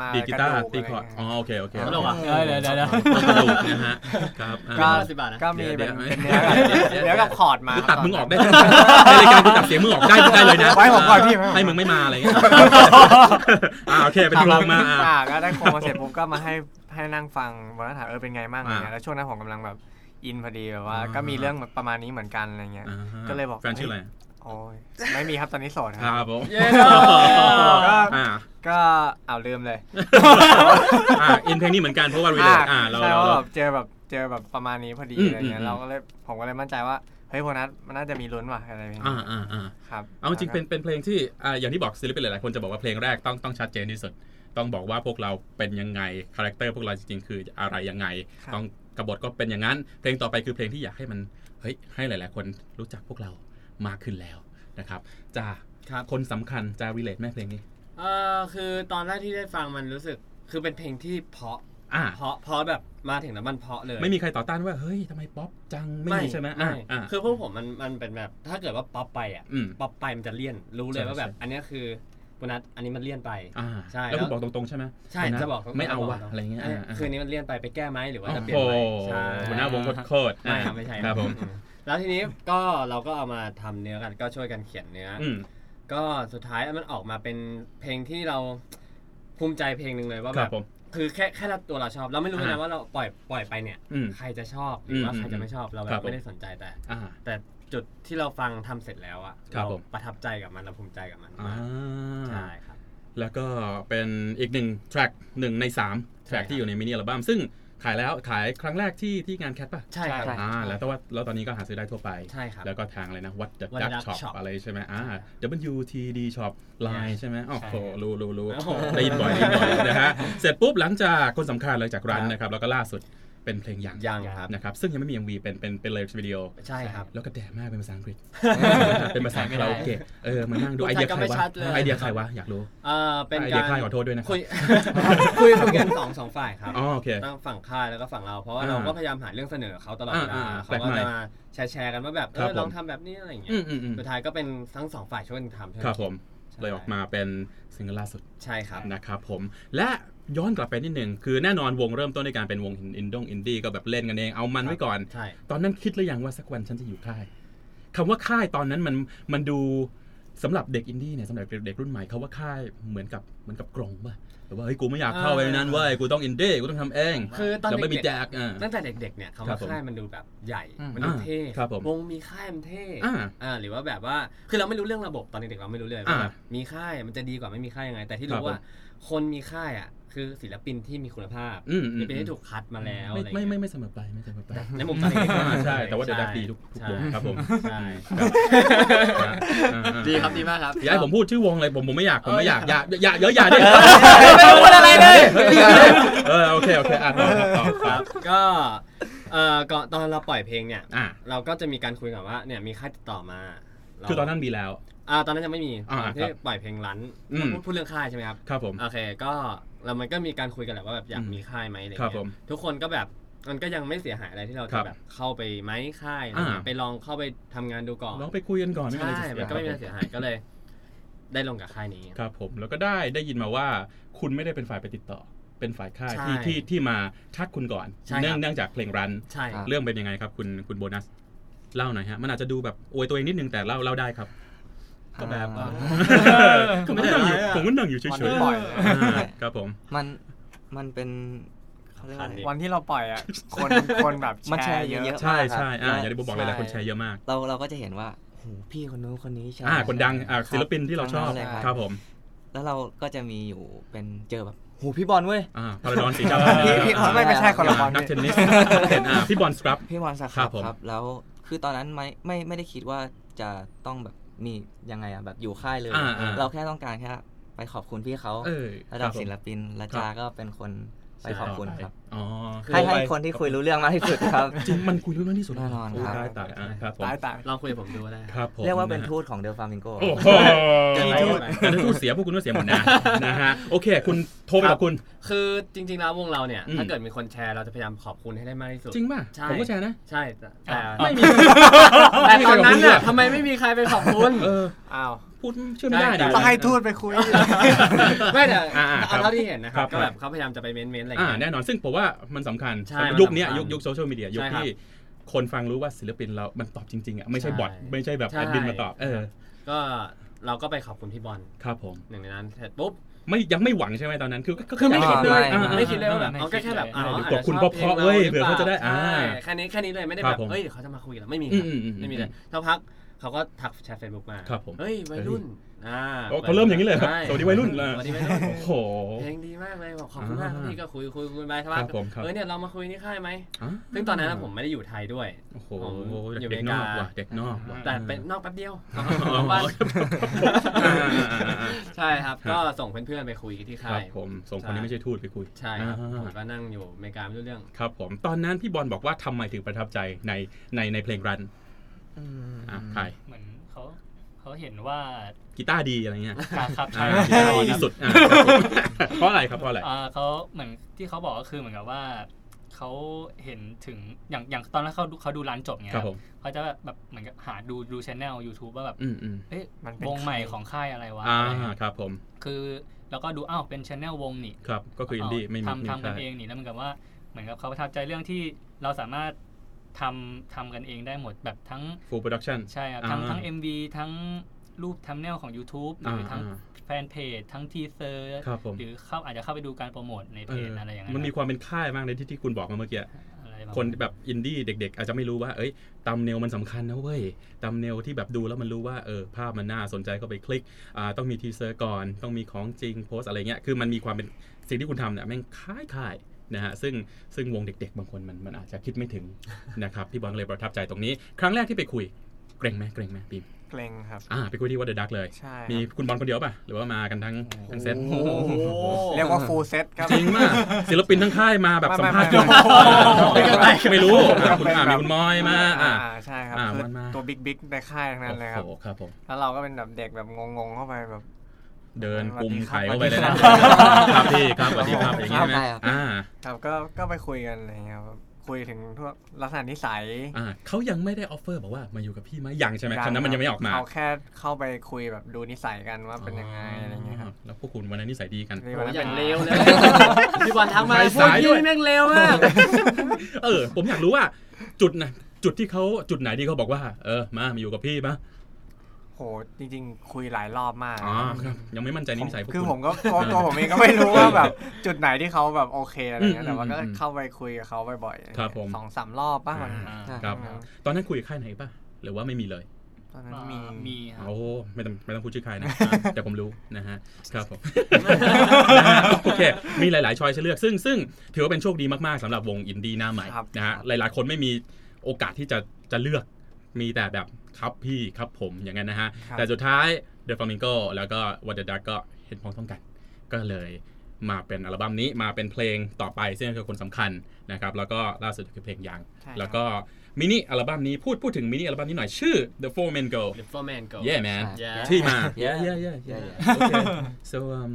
Speaker 6: มา
Speaker 2: ดีดกีตาร์
Speaker 6: ระโ
Speaker 2: ตีคอร์ด
Speaker 6: ะไร
Speaker 2: อ๋อ
Speaker 6: เงี้ย
Speaker 2: โอเคโอเค
Speaker 3: กระ
Speaker 2: โอ
Speaker 3: โด
Speaker 2: เค
Speaker 3: ด
Speaker 5: เดี๋ยวเดี๋ยวเดี๋ยวเดี๋ยว
Speaker 2: กระดูกนะฮะครับอ่า
Speaker 4: ก็สิบบาทนะ
Speaker 6: ก็มีเป็น
Speaker 2: เดี๋ยว
Speaker 6: เป็นเนื้อกับเนื้อกับคอร์ดมา
Speaker 2: กูตัดมึงออกได้
Speaker 6: ค
Speaker 2: ใน
Speaker 6: รับ
Speaker 2: รายการกูตัดเสียงมึงออกได้ได้เลยนะ
Speaker 6: ไว้ผมก่อนพี่
Speaker 2: ให้มึงไม่มาอะไรเงี้ยอ่าโอเคเป็นโครงมาอ่า
Speaker 6: อ่าก็ได้โครงมาเสร็จปุ๊บก็มาให้ให้นั่งฟังโบนัสถามเออเป็นไงบ้างอะไรเงี้
Speaker 2: อ่าย
Speaker 6: แล้วช่วงนั้นผมกำลังแบบอินพอดีแบบว่า
Speaker 2: อ่า
Speaker 6: ก็มีเรื่องประมาณนี้เหมือนกันอะไรเงี้ย ก็เลยบอก
Speaker 2: แฟนชื่ออะไร
Speaker 6: โอ้ยไม่มีครับตอนนี้โสด
Speaker 2: ค
Speaker 6: ครั
Speaker 2: รั
Speaker 6: บบ
Speaker 2: ผม
Speaker 4: เย้เนอะ
Speaker 6: ก็
Speaker 2: อ่า
Speaker 6: ก็เอาลืมเลย
Speaker 2: อ่าอินเพลงนี้เหมือนกันเพราะว่ารีเลทอ่าเรา
Speaker 6: ใช่
Speaker 2: เรา
Speaker 6: ว่า
Speaker 2: เรา
Speaker 6: แบบเจอแบบเจอแบบประมาณนี้พอดี
Speaker 2: อืม
Speaker 6: อะไรเงี้
Speaker 2: อื
Speaker 6: ย
Speaker 2: ม
Speaker 6: เราก็เลยผมก็เลยมั่นใจว่าเฮ้ยโพนัสมันน่าจะมีลุ้นว่ะอะไรอย่างเงี้
Speaker 2: อ่าย อ่าอ่า
Speaker 6: ครับ
Speaker 2: เอาจริงเป็นเป็นเพลงที่อ่าอย่างที่บอกศิลปินหลายๆคนจะบอกว่าเพลงแรกต้องต้องชัดเจนที่สุด ต้องบอกว่าพวกเราเป็นยังไงคาแรคเตอร์พวกเราจริงๆคืออะไรยังไง ต้องกบฏก็เป็นอย่างนั้น เพลงต่อไปคือเพลงที่อยากให้มันเฮ้ยให้หลายๆ คนรู้จักพวกเรามากขึ้นแล้วนะครับจะ
Speaker 4: ครับ
Speaker 2: คนสำคัญจะรีเลทแม่เพลงนี้
Speaker 4: เออคือตอนแรกที่ได้ฟังมันรู้สึกคือเป็นเพลงที่เพราะ
Speaker 2: อ่า
Speaker 4: เพราะเพราะแบบมาถึงแล้วมันเพราะเลย
Speaker 2: ไม่มีใครต่อต้านว่าเฮ้ยทำไมป๊อปจังไม่มีใช่ไหมอ่าอ่า
Speaker 4: คือพวกผมมันมันเป็นแบบถ้าเกิดว่าป๊อปไปอ่ะ
Speaker 2: อืม
Speaker 4: ป๊อปไปมันจะเลี่ยนรู้เลย
Speaker 2: ใช่
Speaker 4: ว่าแบบ
Speaker 2: ใช่
Speaker 4: อันเนี้ยคือโบนัสอันนี้มันเลี่ยนไป
Speaker 2: อ่า
Speaker 4: ใช่
Speaker 2: แล้วคุณ
Speaker 4: แล้ว
Speaker 2: บอกตรงๆใช่ไหม
Speaker 4: ใช่
Speaker 2: น
Speaker 4: จะบอกตงๆ
Speaker 2: ไม่เอา
Speaker 4: บก
Speaker 2: ว่ะ
Speaker 4: ตงๆ
Speaker 2: อะไรเงี้ย
Speaker 4: นนี้
Speaker 2: อ่าอ่า
Speaker 4: คืนนี้มันเลี่ยนไปไปแก้ไหมหรือว่า
Speaker 2: โอ้
Speaker 4: จะเปลี่ย
Speaker 2: โห
Speaker 4: นไหมใช่
Speaker 2: หัวหน้าวงโคตรๆ
Speaker 4: ไม่
Speaker 2: อ่า
Speaker 4: ครับไม่ใช่
Speaker 2: ครับผม
Speaker 4: อืแล้วทีนี้ก็เราก็เอามาทำเนื้อกันก็ช่วยกันเขียนเนื้ออ
Speaker 2: อืม
Speaker 4: ก็สุดท้ายมันออกมาเป็นเพลงที่เราภูมิใจเพลงหนึ่งเลยว่า
Speaker 2: ค
Speaker 4: แบ
Speaker 2: รับบ ผม
Speaker 4: คือแค่แค่เราตัวเราชอบ เราไม่รู้
Speaker 2: อ่า
Speaker 4: นะว่าเราปล่อยปล่อยไปเนี่ย
Speaker 2: อืม
Speaker 4: ใครจะชอบหรือว่า
Speaker 2: อืม
Speaker 4: ใครจะไม่ชอบเราแบ
Speaker 2: ครับ
Speaker 4: บ
Speaker 2: ผม
Speaker 4: ไม่ได้สนใจแต่
Speaker 2: อ่า
Speaker 4: แต่จุดที่เราฟังทำเสร็จแล้วอะ
Speaker 2: ครับ
Speaker 4: เรา
Speaker 2: ผม
Speaker 4: ประทับใจกับมันเราภูมิใจกับมัน
Speaker 2: อ่
Speaker 4: มากใช่
Speaker 2: า
Speaker 4: ครับ
Speaker 2: แล้วก็เป็นอีกหนึ่งแทร็กหนึ่งใน3แทร็ก
Speaker 4: ใช่ครับ
Speaker 2: ที่อยู่ในมินิอัลบั้มซึ่งขายแล้วขายครั้งแรกที่ที่งานแคทป่ะ
Speaker 4: ใช่ครับ
Speaker 3: ใช่
Speaker 2: อ่าแล้วแต่ว่าแล้วตอนนี้ก็หาซื้อได้ทั่วไป
Speaker 4: ใช่ครับ
Speaker 2: แล้วก็ทางอะไรนะ What the
Speaker 4: What the
Speaker 2: Duck
Speaker 4: Duck
Speaker 2: Shop
Speaker 4: Shop
Speaker 2: อะไรใช่ไหมอ่า WTD Shop Line ใช่ไหมอ๋อโหรู้รู้รู้
Speaker 4: โอ้โห
Speaker 2: ได้ยินบ่อยได้ยินบ่อยนะฮะ เสร็จปุ๊บหลังจากคนสำคัญหลังจากร้านนะครับ แล้วก็ล่าสุด เป็นเพลงยัง
Speaker 4: ยังครับ
Speaker 2: นะครับซึ่งยังไม่มี MV เป็นเป็นเป็นเลยวิดีโอ
Speaker 4: ใช่ครับ
Speaker 2: แล้วก็แดดมากเป็นภาษาอังกฤษ เป็นภาษาคาราโอเกะเออมานั่งดู
Speaker 4: พู
Speaker 2: ไอ
Speaker 4: ดไท
Speaker 2: เดี
Speaker 4: ย
Speaker 2: ย
Speaker 4: ก็
Speaker 2: ใคร
Speaker 4: ไม่
Speaker 2: วะ
Speaker 4: ชัดเลย
Speaker 2: ไอเดียใครวะอยากรู้
Speaker 4: เอ่อเป็น
Speaker 2: ไอเดี
Speaker 4: กาย ร
Speaker 2: ค่ายขอโทษด้วยนะครับ
Speaker 4: คุย คุยคุยกันสองสองฝ่ายครับ
Speaker 2: อ๋อโอเค
Speaker 4: ทั้งฝั่งค่ายแล้วก็ฝั่งเราเพราะว่า
Speaker 2: อ่า
Speaker 4: เราก็พยายามหาเรื่องเสนอเขาตลอดเวลา
Speaker 2: อ่าอ่า
Speaker 4: เขาก็
Speaker 2: แปลกใหม่
Speaker 4: จะมาแชร์แชร์กันว่าแบบเอ
Speaker 2: ครับ
Speaker 4: อ
Speaker 2: ผม
Speaker 4: ลองทำแบบนี้อะไรอย่างเงี้
Speaker 2: อื
Speaker 4: ย
Speaker 2: มอืมอืม
Speaker 4: สุดท้ายก็เป็นทั้งสองฝ่ายช่วยกันทำใช่ไหม
Speaker 2: ครับผมเลยออกมาเป็นซิงเกิลล่าสุด
Speaker 4: ใช่ครับ
Speaker 2: นะครับผมและย้อนกลับไปนิดหนึ่งคือแน่นอนวงเริ่มต้นในการเป็นวงอินดงอินดี้ก็แบบเล่นกันเองเอามันไว้ก่อน
Speaker 4: ใช่
Speaker 2: ตอนนั้นคิดหรือยังว่าสักวันฉันจะอยู่ค่ายคำว่าค่ายตอนนั้นมันมันดูสำหรับเด็กอินดี้เนี่ยสำหรับเด็กรุ่นใหม่เขาว่าค่ายเหมือนกับเหมือนกับกรงป่ะหรือว่าเฮ้ยกูไม่อยากเข้าไปในนั้นเว้ยกูต้องอินดี้กูต้องทำเอง
Speaker 4: คือตอน
Speaker 2: จะไม่มี
Speaker 4: เด็กๆ
Speaker 2: แจกอ่า
Speaker 4: ตั้งแต่เด็กๆเนี่ยคำ
Speaker 2: ครับ
Speaker 4: ว่า
Speaker 2: ผม
Speaker 4: ค่ายมันดูแบบใหญ่
Speaker 5: อืม
Speaker 4: มันดูเท่
Speaker 2: อ่าครับผม
Speaker 4: วงมีค่ายมันเท่
Speaker 2: อ่า
Speaker 4: อ่าหรือว่าแบบว่าคือเราไม่รู้เรื่องระบบตอนเด็กๆเราไม่รู้เลย
Speaker 2: อ่า
Speaker 4: ว่าแบบมีค่ายมันจะดีกว่าไม่มีค่ายยังไง แต่
Speaker 2: ค
Speaker 4: ที่
Speaker 2: รั
Speaker 4: รู้
Speaker 2: บ
Speaker 4: ว่าคนมีค่ายอ่ะคือศิลปินที่มีคุณภาพ
Speaker 2: อืมอืม
Speaker 4: ศิลปินที่ถูกคัดมาแล้ว
Speaker 2: ไม่
Speaker 4: อะรอย่าง
Speaker 2: ไม่
Speaker 4: เงี้ย
Speaker 2: ไม่ไม่เสมอไปไม่เสมอไป
Speaker 4: ในมุมตอนเด็กๆ
Speaker 2: อ่าใช่ แต่ว่าเดี๋ยวได้ดีทุกทุกวงครับผม
Speaker 4: ใช่
Speaker 2: อ่าอ่า
Speaker 4: ดีครับดีมากครับ
Speaker 2: อย่าให้ผมพูดชื่อวงเลยผมผมไม่อยากผมไม่อยากอย่าอย่าอย่าอย่าดิ
Speaker 4: ไม่พูดอะไรเลย
Speaker 2: เออโอเคโอเคอ่ะต่อครับต่อค
Speaker 4: ค
Speaker 2: รั
Speaker 4: รั
Speaker 2: บบ
Speaker 4: ก็เอ่อก่อนตอนเราปล่อยเพลงเนี่ย
Speaker 2: อ่ะ
Speaker 4: เราก็จะมีการคุยกันว่าเนี่ยมีค่ายติดต่อมาเรา
Speaker 2: คือตอนนั้นมีแล้ว
Speaker 4: อ่าตอนนั้นยังไม่มี
Speaker 2: อ่า
Speaker 4: ตอน
Speaker 2: ครับ
Speaker 4: ที่ปล่อยเพลงรั้น
Speaker 2: อืม
Speaker 4: พูดพูดเรื่องค่ายใช่ไหมครับ
Speaker 2: ครับผม
Speaker 4: โอเคก็เรามันก็มีการคุยกันแหละว่าแบบอยา
Speaker 2: อื
Speaker 4: ก
Speaker 2: ม
Speaker 4: มีค่ายไหมอะไร
Speaker 2: ครับ
Speaker 4: เงี้
Speaker 2: ผม
Speaker 4: ยทุกคนก็แบบมันก็ยังไม่เสียหายอะไรที่เรา
Speaker 2: ครับ
Speaker 4: จะแบบเข้าไปไหมค่ายอะไรเงี้ย
Speaker 2: อ่า
Speaker 4: ไปลองเข้าไปทำงานดูก่อน
Speaker 2: ลองไปคุยกันก่อนไม่เป็นไร
Speaker 4: ใช่
Speaker 2: จะเสีย
Speaker 4: มันก็ไม่มีอะไรเสียหายก็เลย ได้ลงกับค่ายนี้
Speaker 2: ครับผมแล้วก็ได้ได้ยินมาว่าคุณไม่ได้เป็นฝ่ายไปติดต่อ เป็นฝ่ายค่าย
Speaker 4: ใช่
Speaker 2: ที่ที่ที่มาทักคุณก่อน
Speaker 4: ใช่ครับ
Speaker 2: เนื่องเนื่องจากเพลงรัน
Speaker 4: ใช่
Speaker 3: ครับ
Speaker 2: เรื่องเป็นยังไงครับคุณคุณโบนัสเล่าหน่อยฮะมันอาจจะดูแบบอวยตัวเองนิดนึงแต่เล่าเล่าได้ ครับ
Speaker 6: ก็แบบ
Speaker 3: อ่า
Speaker 2: ก็ไม่ได้อยู่ผมก็นั่งอยู่เฉ
Speaker 6: วัน
Speaker 2: ย
Speaker 6: ที่
Speaker 2: ๆ
Speaker 6: ปล่อย
Speaker 2: อ่าครับ ผม
Speaker 3: มันมันเป็นเขาเรียกว่าอะไร
Speaker 6: วันที่เราปล่อยอ่ะคนคนแบบ
Speaker 3: มันแชร์
Speaker 6: เย
Speaker 3: เย
Speaker 6: อะ
Speaker 3: อะ
Speaker 2: ใช่ใช่อ่าอ
Speaker 3: ใช่
Speaker 2: ย่างที่ผมบอกเลยแหละคนแชร์เยอะมาก
Speaker 3: เราเราก็จะเห็นว่าโหพี่คนนู้นคนนี้ใช่
Speaker 2: อ่าคนดังอ่า
Speaker 3: ครับ
Speaker 2: ศิลปินที่เราชอบ
Speaker 3: ทั้งนั้นเลย
Speaker 2: ครับผม
Speaker 3: แล้วเราก็จะมีอยู่เป็นเจอแบบโหพี่บอลเว้ย
Speaker 2: อ่าพาราดอนสีดา
Speaker 6: พี่พี่อ๋อไม่ไม่ใช่คนละบอล
Speaker 2: นัก
Speaker 6: พี่
Speaker 2: เทนนิสเห็นอ่าพี่บอลสครับ
Speaker 3: พี่บอลสัก
Speaker 2: ค
Speaker 3: ค
Speaker 2: รั
Speaker 3: รั
Speaker 2: บบ ผม
Speaker 3: ครับ แล้วคือตอนนั้นไม่ไม่ไม่ได้คิดว่าจะต้องแบบมียังไงอะแบบอยู่ค่ายเลย
Speaker 2: อ่าอ่า
Speaker 3: เราแค่ต้องการแค่ไปขอบคุณพี่เขา
Speaker 2: เออ
Speaker 3: ระดับ
Speaker 2: ครับผม
Speaker 3: ศิลปินและจาก็เป็นคนไปขอบคุณครับ
Speaker 2: อ๋อ
Speaker 3: ให้ให้คนที่คุยรู้เรื่องมากที่สุดครับ
Speaker 2: จริงมันคุยรู้เรื่องที่สุด
Speaker 3: แน่นอน
Speaker 2: โย
Speaker 3: ครับ
Speaker 2: ตายตายอ่าครับผม
Speaker 6: ตายตาย
Speaker 4: ลองคุยกับผมดูก็ได้
Speaker 2: ครับผม
Speaker 3: เรียกว่าเป็นทูตของเดลฟามิงโก
Speaker 2: โอ้โห
Speaker 4: เกินไปเกินไป
Speaker 2: แต่ถ้าทูตเสียพวกคุณก็เสียหมดนะนะฮะโอเค คุณโทรไปกับคุณ
Speaker 4: คือจริงๆแล้ววงเราเนี่ย
Speaker 2: อืม
Speaker 4: ถ้าเกิดมีคนแชร์เราจะพยายามขอบคุณให้ได้มากที่สุด
Speaker 2: จริงป่ะ
Speaker 4: ใช่
Speaker 2: ผมก็แชร์นะ
Speaker 4: ใช่แต่แต่
Speaker 2: ไม่มี
Speaker 4: แต่ตอนนั้น
Speaker 2: ไม่มีใครขอบคุณด้วย
Speaker 4: น่ะทำไมไม่มีใครไปขอบคุณ
Speaker 2: เออ
Speaker 6: อ้าว
Speaker 2: พูดเชื่อไม่ได้
Speaker 4: ใช่
Speaker 2: ดิ
Speaker 6: ต้องให้ทูตไปคุย
Speaker 4: ไม่แต่
Speaker 2: อ่าๆครับ
Speaker 4: เอาเท่าที่เห็นนะค
Speaker 2: ครั
Speaker 4: รับ
Speaker 2: บ
Speaker 4: ก็แบบเขาพยายามจะไปเม้นๆอะไรอย่า
Speaker 2: อ่าง
Speaker 4: เงี้ย
Speaker 2: แน่นอนซึ่งผมว่ามันสำคัญ
Speaker 4: ใช่
Speaker 2: สำหรับ
Speaker 4: มัน
Speaker 2: ยุคเนี้ย
Speaker 4: สำคัญ
Speaker 2: ยุคยุคโซเชียลมีเดียยุค
Speaker 4: ใช่ครับ
Speaker 2: ที่คนฟังรู้ว่าศิลปินเรา มันตอบจริงๆอ่ะไม่ใช่
Speaker 4: ใช่
Speaker 2: บอทไม่ใช่แบบ
Speaker 4: ใช่
Speaker 2: แอดมินมาตอบเออ
Speaker 4: ก็เราก็ไปขอบคุณพี่บอล
Speaker 2: ครับผม
Speaker 4: หนึ่งในนั้นเสร็จปุ๊บ
Speaker 2: ไม่ยังไม่หวังใช่ไหมตอนนั้นคือก็ก็คือไม่
Speaker 3: ไม่
Speaker 2: คิดเลย
Speaker 3: ไม่
Speaker 2: อ่า
Speaker 3: อ่า
Speaker 4: ไม่คิดเลยว่าแบบ
Speaker 5: ไม่
Speaker 4: เอาก็
Speaker 5: คิ
Speaker 4: แค่
Speaker 5: ดเลย
Speaker 4: แบบอ๋อ
Speaker 2: เดี๋ยว
Speaker 4: อา
Speaker 2: ก
Speaker 4: จ
Speaker 2: ด
Speaker 4: จะ
Speaker 2: คุณ
Speaker 4: ชอบ
Speaker 2: เพราะๆเว้ย
Speaker 4: พลง
Speaker 2: เผื่อเขาจะได้
Speaker 4: หรือปล่
Speaker 2: อ่า
Speaker 4: ใช่แค่นี้แค่นี้เลยไม่ได้
Speaker 2: ครั
Speaker 4: แบบ บ
Speaker 2: ผม
Speaker 4: เฮ้ยเขาจะมาคุยกับเราไม่มี
Speaker 2: อื
Speaker 4: ครั
Speaker 2: ม
Speaker 4: บ
Speaker 2: ๆๆ
Speaker 4: ไม่มีเลยสักพักเขาก็ทักแชทเฟซบุ๊กมา
Speaker 2: ครับผม
Speaker 4: เฮ้ยวัยรุ่นอ่า
Speaker 2: โอ้เขาเริ่มอย่างนี้เลยเหรอ
Speaker 4: ใช่
Speaker 2: สวัสดีวัยรุ่นเลย
Speaker 4: สวัสดีวัยรุ่น
Speaker 2: โอ้โห
Speaker 4: เพลงดีมากเลยบอกขอบคุณมากครับ
Speaker 2: อ่า
Speaker 4: พี่ก็คุยคุยคุยไปใช่
Speaker 2: ค
Speaker 4: ปะ
Speaker 2: รับผมครับ
Speaker 4: เออเนี่ยเรามาคุยนี่ค่ายไหม
Speaker 2: อ่า
Speaker 4: ซึ่งตอนนั้นนะผมไม่ได้อยู่ไทยด้วย
Speaker 2: โอ้โห
Speaker 4: ผมอยู่อเม
Speaker 2: เด็ก
Speaker 4: ริ
Speaker 2: นอก
Speaker 4: า
Speaker 2: กว่ะเด็กนอกว่ะ
Speaker 4: แต่เป็นนอกแป๊บเดียว
Speaker 2: อ๋อ
Speaker 4: บ้าน
Speaker 2: อ่าอ่าอ่าอ่า
Speaker 4: ใช่ครับ
Speaker 2: ครับ
Speaker 4: ก็ส่งเพื่อนๆไปคุยที่
Speaker 2: ครั
Speaker 4: ค่า
Speaker 2: บ
Speaker 4: ย
Speaker 2: ผมส่งคนนี้ไม่ใช่ทูตไปคุย
Speaker 4: ใช่ครับ
Speaker 2: อ่า
Speaker 4: ผมก็นั่งอยู่อเมริกาไม่รู้เรื่อง
Speaker 2: ครับผมตอนนั้นพี่บอลบอกว่าทำไมถึงประทับใจในในในเพลงรันอ่ะใคร
Speaker 5: เหมือนเขาเขาเห็นว่า
Speaker 2: กีตาร์ดีอะไร เงี้ย
Speaker 5: การครับ
Speaker 2: อ่ากี
Speaker 5: ใช่
Speaker 2: ตาร์ดีที่สุด อ่ะครับผมเพราะอะไรครับเพราะอะไร
Speaker 5: อ่าเขาเหมือนที่เขาบอกก็คือเหมือนกับว่าเขาเห็นถึงอย่างอย่างตอนแรกเขาดูเขาดูร้านจบเงี้ย
Speaker 2: ครับผม
Speaker 5: เขาจะแบบเหมือนกับหาดูดูชแนล YouTube ว่าแบบ
Speaker 2: อืมอืม
Speaker 5: เอ๊ะ
Speaker 6: มันเป็น
Speaker 5: วงใหม่
Speaker 6: ใคร
Speaker 5: ของค่ายอะไรวะ
Speaker 2: อ่า
Speaker 5: อะไรเงี้ย
Speaker 2: ครับผม
Speaker 5: คือแล้วก็ดูอ้าวเป็นชแนลวงนี่
Speaker 2: ครับก็คืออินดี้ไม่มี
Speaker 5: ทำ
Speaker 2: ไม่มี
Speaker 5: ทำกัน
Speaker 2: ใคร
Speaker 5: เองนี่แล้วเหมือนกับว่าเหมือนกับเขาประทับใจเรื่องที่เราสามารถทำทำกันเองได้หมดแบบทั้ง
Speaker 2: full production
Speaker 5: ใช่ครับทั้ง
Speaker 2: อ่า
Speaker 5: ทั้ง MV ทั้งรูปทำแนลของ YouTube ห
Speaker 2: อ่า
Speaker 5: รือทั้ง
Speaker 2: อ่า
Speaker 5: แฟนเพจทั้งทีเซอร์
Speaker 2: ครับผม
Speaker 5: หรือเข้าอาจจะเข้าไปดูการโปรโมทในเพจอะไรอย่างเงี้ย
Speaker 2: มันมีความเป็นค่ายมากในที่ที่คุณบอกมาเมื่อกี้คนแบบอินดี้เด็ก ๆ อาจจะไม่รู้ว่าเอ้ยตำเนลมันสำคัญนะเว้ยตำเนลที่แบบดูแล้วมันรู้ว่าเออภาพมันน่าสนใจก็ไปคลิกอ่าต้องมีทีเซอร์ก่อนต้องมีของจริงโพสอะไรเงี้ยคือมันมีความเป็นสิ่งที่คุณทำเนี่ยแม่งค่ายค่ายๆนะฮะซึ่งซึ่งวงเด็ก ๆ บางคนมันมันอาจจะคิดไม่ถึง นะครับพี่บอลก็เลยประทับใจตรงนี้ ครั้งแรกที่ไปคุย เกรงไหมเกรงไหมบีม
Speaker 6: เกรงครับ
Speaker 2: อ่าไปคุยที่วัดเดอะดักเลย
Speaker 6: ใช่
Speaker 2: มีคุณบอลคนเดียวป่ะ หรือว่ามากันทั้งทั้งเซต
Speaker 6: โอ้โหเรียกว่าฟูลเซตครับ
Speaker 2: จริงมากศิลปินทั้งค่ายมาแบบ
Speaker 6: ไม่
Speaker 2: สัม
Speaker 6: ไม่
Speaker 2: ภาษณ์
Speaker 6: ไม่ไม่
Speaker 2: ไม่ไม่รู้อ่ะคุณอ่า
Speaker 6: เป็
Speaker 2: มี
Speaker 6: นแบบ
Speaker 2: คุณมอยมาอ่า
Speaker 6: อ่ใช่ครับ
Speaker 2: อ่า
Speaker 6: คือ
Speaker 2: มันมา
Speaker 6: ตัวบิ๊กบิ๊กในค่ายทั้งนั้นเลยครับ
Speaker 2: โอ้โหครับผม
Speaker 6: แล้วเราก็เป็นแบบเด็กแบบงงๆเข้าไปแบบ
Speaker 2: เดิน
Speaker 6: สวัสดี
Speaker 2: กุม
Speaker 6: ค
Speaker 2: ไข่
Speaker 6: รับ
Speaker 2: เข้าไปเลยนะ
Speaker 6: สวัสดีครับ
Speaker 2: ครับพี่ครับสวัสดีครับอย่างนี้ใช่ไหม
Speaker 3: เข้าไปครับ
Speaker 2: อ่า
Speaker 6: ครับก็ก็ไปคุยกันอะไรเงี้ยครับคุยถึงทั่วลักษณะนิสัย
Speaker 2: อ่าเขายังไม่ได้ออฟเฟอร์บอกว่ามาอยู่กับพี่ไหมยังใช่ไหมคำนั้นมันยังไม่ออกมา
Speaker 6: เขาแค่เข้าไปคุยแบบดูนิสัยกันว่าเป็นยังไงอะไรเงี้ยครับ
Speaker 2: แล้วพวกคุณวันนั้นนิสัยดีกัน
Speaker 6: เรียก
Speaker 4: โอ้
Speaker 6: ว่า
Speaker 4: โหอย่าน
Speaker 6: เป็
Speaker 4: งเลวเลยพี่บอลทักมา
Speaker 2: สาย
Speaker 4: พวก
Speaker 2: สายด้
Speaker 4: ยี่
Speaker 2: วย
Speaker 4: นี่แม่งเลวมาก
Speaker 2: เออ ผมอยากรู้ว่าจุดนะจุดที่เขาจุดไหนที่เขาบอกว่า เออมามาอยู่กับพี่มา
Speaker 6: โหจริงๆ คุยหลายรอบมาก
Speaker 2: อ๋อครับยังไม่มั่นใจนิสัยพวก
Speaker 6: คือ
Speaker 2: คุ
Speaker 6: ผม
Speaker 2: ณ
Speaker 6: ก็ตัวตัวผมเองก็ไม่รู้ว่าแบบ จุดไหนที่เขาแบบโอเคอะไร
Speaker 2: อื
Speaker 6: เงี้
Speaker 2: ม
Speaker 6: ยแต่ว่าก็
Speaker 2: อืม
Speaker 6: เข้าไปคุยกับเขาบ่อยๆ
Speaker 2: ครับผม
Speaker 6: สองสามรอบบ้าง
Speaker 2: อ่า
Speaker 3: ใช่
Speaker 2: ครับ ตอนนั้นคุยกับค่ายไหนป่ะ หรือว่าไม่มีเลย
Speaker 6: ตอนนั้น
Speaker 5: อ่า
Speaker 6: มี
Speaker 5: มีครับ
Speaker 2: โอ้ไม่ต้องไม่ต้องพูดชื่อค่าย นะ แต่ผมรู้นะฮะครับผมนะฮะโอเค มีหลายๆช้อยให้เลือกซึ่งซึ่งถือว่าเป็นโชคดีมากๆสำหรับวงอินดี้หน้าใหม่นะฮะหลายๆคนไม่มีโอกาสที่จะจะเลือกมีแต่แบบครับพี่ครับผมอย่างนั้นนะฮะ
Speaker 6: ครับ
Speaker 2: แต่สุดท้าย The Flamingo แล้วก็ What the Duck ก็เห็นพ้องต้องกัน ก็เลยมาเป็นอัลบั้มนี้มาเป็นเพลงต่อไปซึ่งก็คือคนสำคัญนะครับ แล้วก็ล่าสุดคือเพลงยาง
Speaker 6: ใช่ครับ
Speaker 2: แล้วก็มินิอัลบั้มนี้พูดพูดถึงมินิอัลบั้มนี้หน่อยชื่อ The Four Men Go
Speaker 4: หรือ four man go
Speaker 2: Yeah man
Speaker 4: ใช่
Speaker 2: ที่มา
Speaker 3: Yeah
Speaker 2: yeah yeah
Speaker 3: Yeah,
Speaker 2: yeah okay so um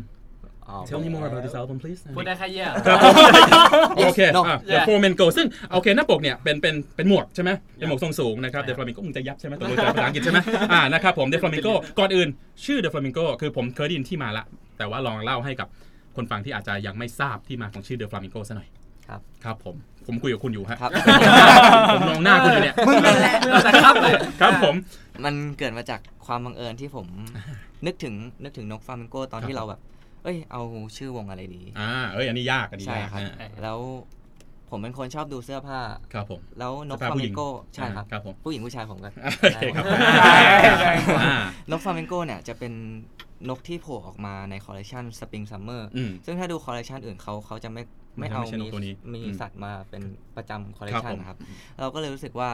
Speaker 2: tell me more about this album please
Speaker 4: พูดได้แค่เยี่ย
Speaker 2: โอเค
Speaker 3: No
Speaker 2: อ่ะ The
Speaker 4: Yeah
Speaker 2: Four Men Go ซึ่งโอเคหน้าปกเนี่ยเป็นเป็นเป็นหมวกใช่ไหมเป็นหมวกทรงสูงนะครับ
Speaker 4: ใช่
Speaker 2: The Flamingo มึงจะยับใช่ ไหมตกลงจะภาษาอังกฤษใช่ไหม อ่านะครับผม The Flamingo ก่อนอื่น ชื่อ The Flamingo คือผมเคยได้ยินที่มาละ แต่ว่าลองเล่าให้กับคนฟังที่อาจจะยังไม่ทราบที่มาของชื่อ The Flamingo ซะหน่อย
Speaker 3: ครับ
Speaker 2: ครับผมผมคุยกับคุณอยู่ฮะ
Speaker 3: ครับ
Speaker 2: ผมมองหน้าคุณอยู่เนี่ย
Speaker 3: มึงนั่นแหละ
Speaker 4: ไม่เอาแต่ครับเลย
Speaker 2: ครับผม
Speaker 3: มันเกิดมาจากความบังเอิญที่ผมนึกถึงนึกถึงนกฟลามิงโกตอน
Speaker 2: ค
Speaker 3: ที่
Speaker 2: รับ
Speaker 3: เราแบบ เอ้ย เอาชื่อวงอะไรดี
Speaker 2: อ่าเอ้ยอันนี้ยากอันนี้
Speaker 3: ใช่
Speaker 2: ยาก
Speaker 3: ครับ
Speaker 2: อ่า
Speaker 3: แล้วผมเป็นคนชอบดูเสื้อผ้า
Speaker 2: ครับผม
Speaker 3: แล้วนก
Speaker 2: เสื้อ
Speaker 3: ฟ
Speaker 2: ผ้า
Speaker 3: ลา
Speaker 2: ผู้ห
Speaker 3: มิ
Speaker 2: ญิ
Speaker 3: ง
Speaker 2: ง
Speaker 3: โกใช่ครับ
Speaker 2: อ่าครับผม
Speaker 3: ผู้หญิงผู้ชายผมก็
Speaker 2: โอเคครับอ่าน
Speaker 3: กฟลามิงโกเนี่ยจะเป็นนกที่โผล่ออกมาในคอลเลคชันสปริงซัมเมอร์
Speaker 2: อืม
Speaker 3: ซึ่งถ้าดูคอลเลคชันอื่นเขาเขาจะไม่
Speaker 2: มัน
Speaker 3: ไม่
Speaker 2: จะ
Speaker 3: เอา
Speaker 2: ไม่ใช่น
Speaker 3: มี
Speaker 2: กตัวนี้
Speaker 3: มี
Speaker 2: อืม
Speaker 3: สัตว์มาเป็นประจำคอลเลค
Speaker 2: ครั
Speaker 3: ชั
Speaker 2: บผ
Speaker 3: น
Speaker 2: ม
Speaker 3: ครับ เราก็เลยรู้สึกว่า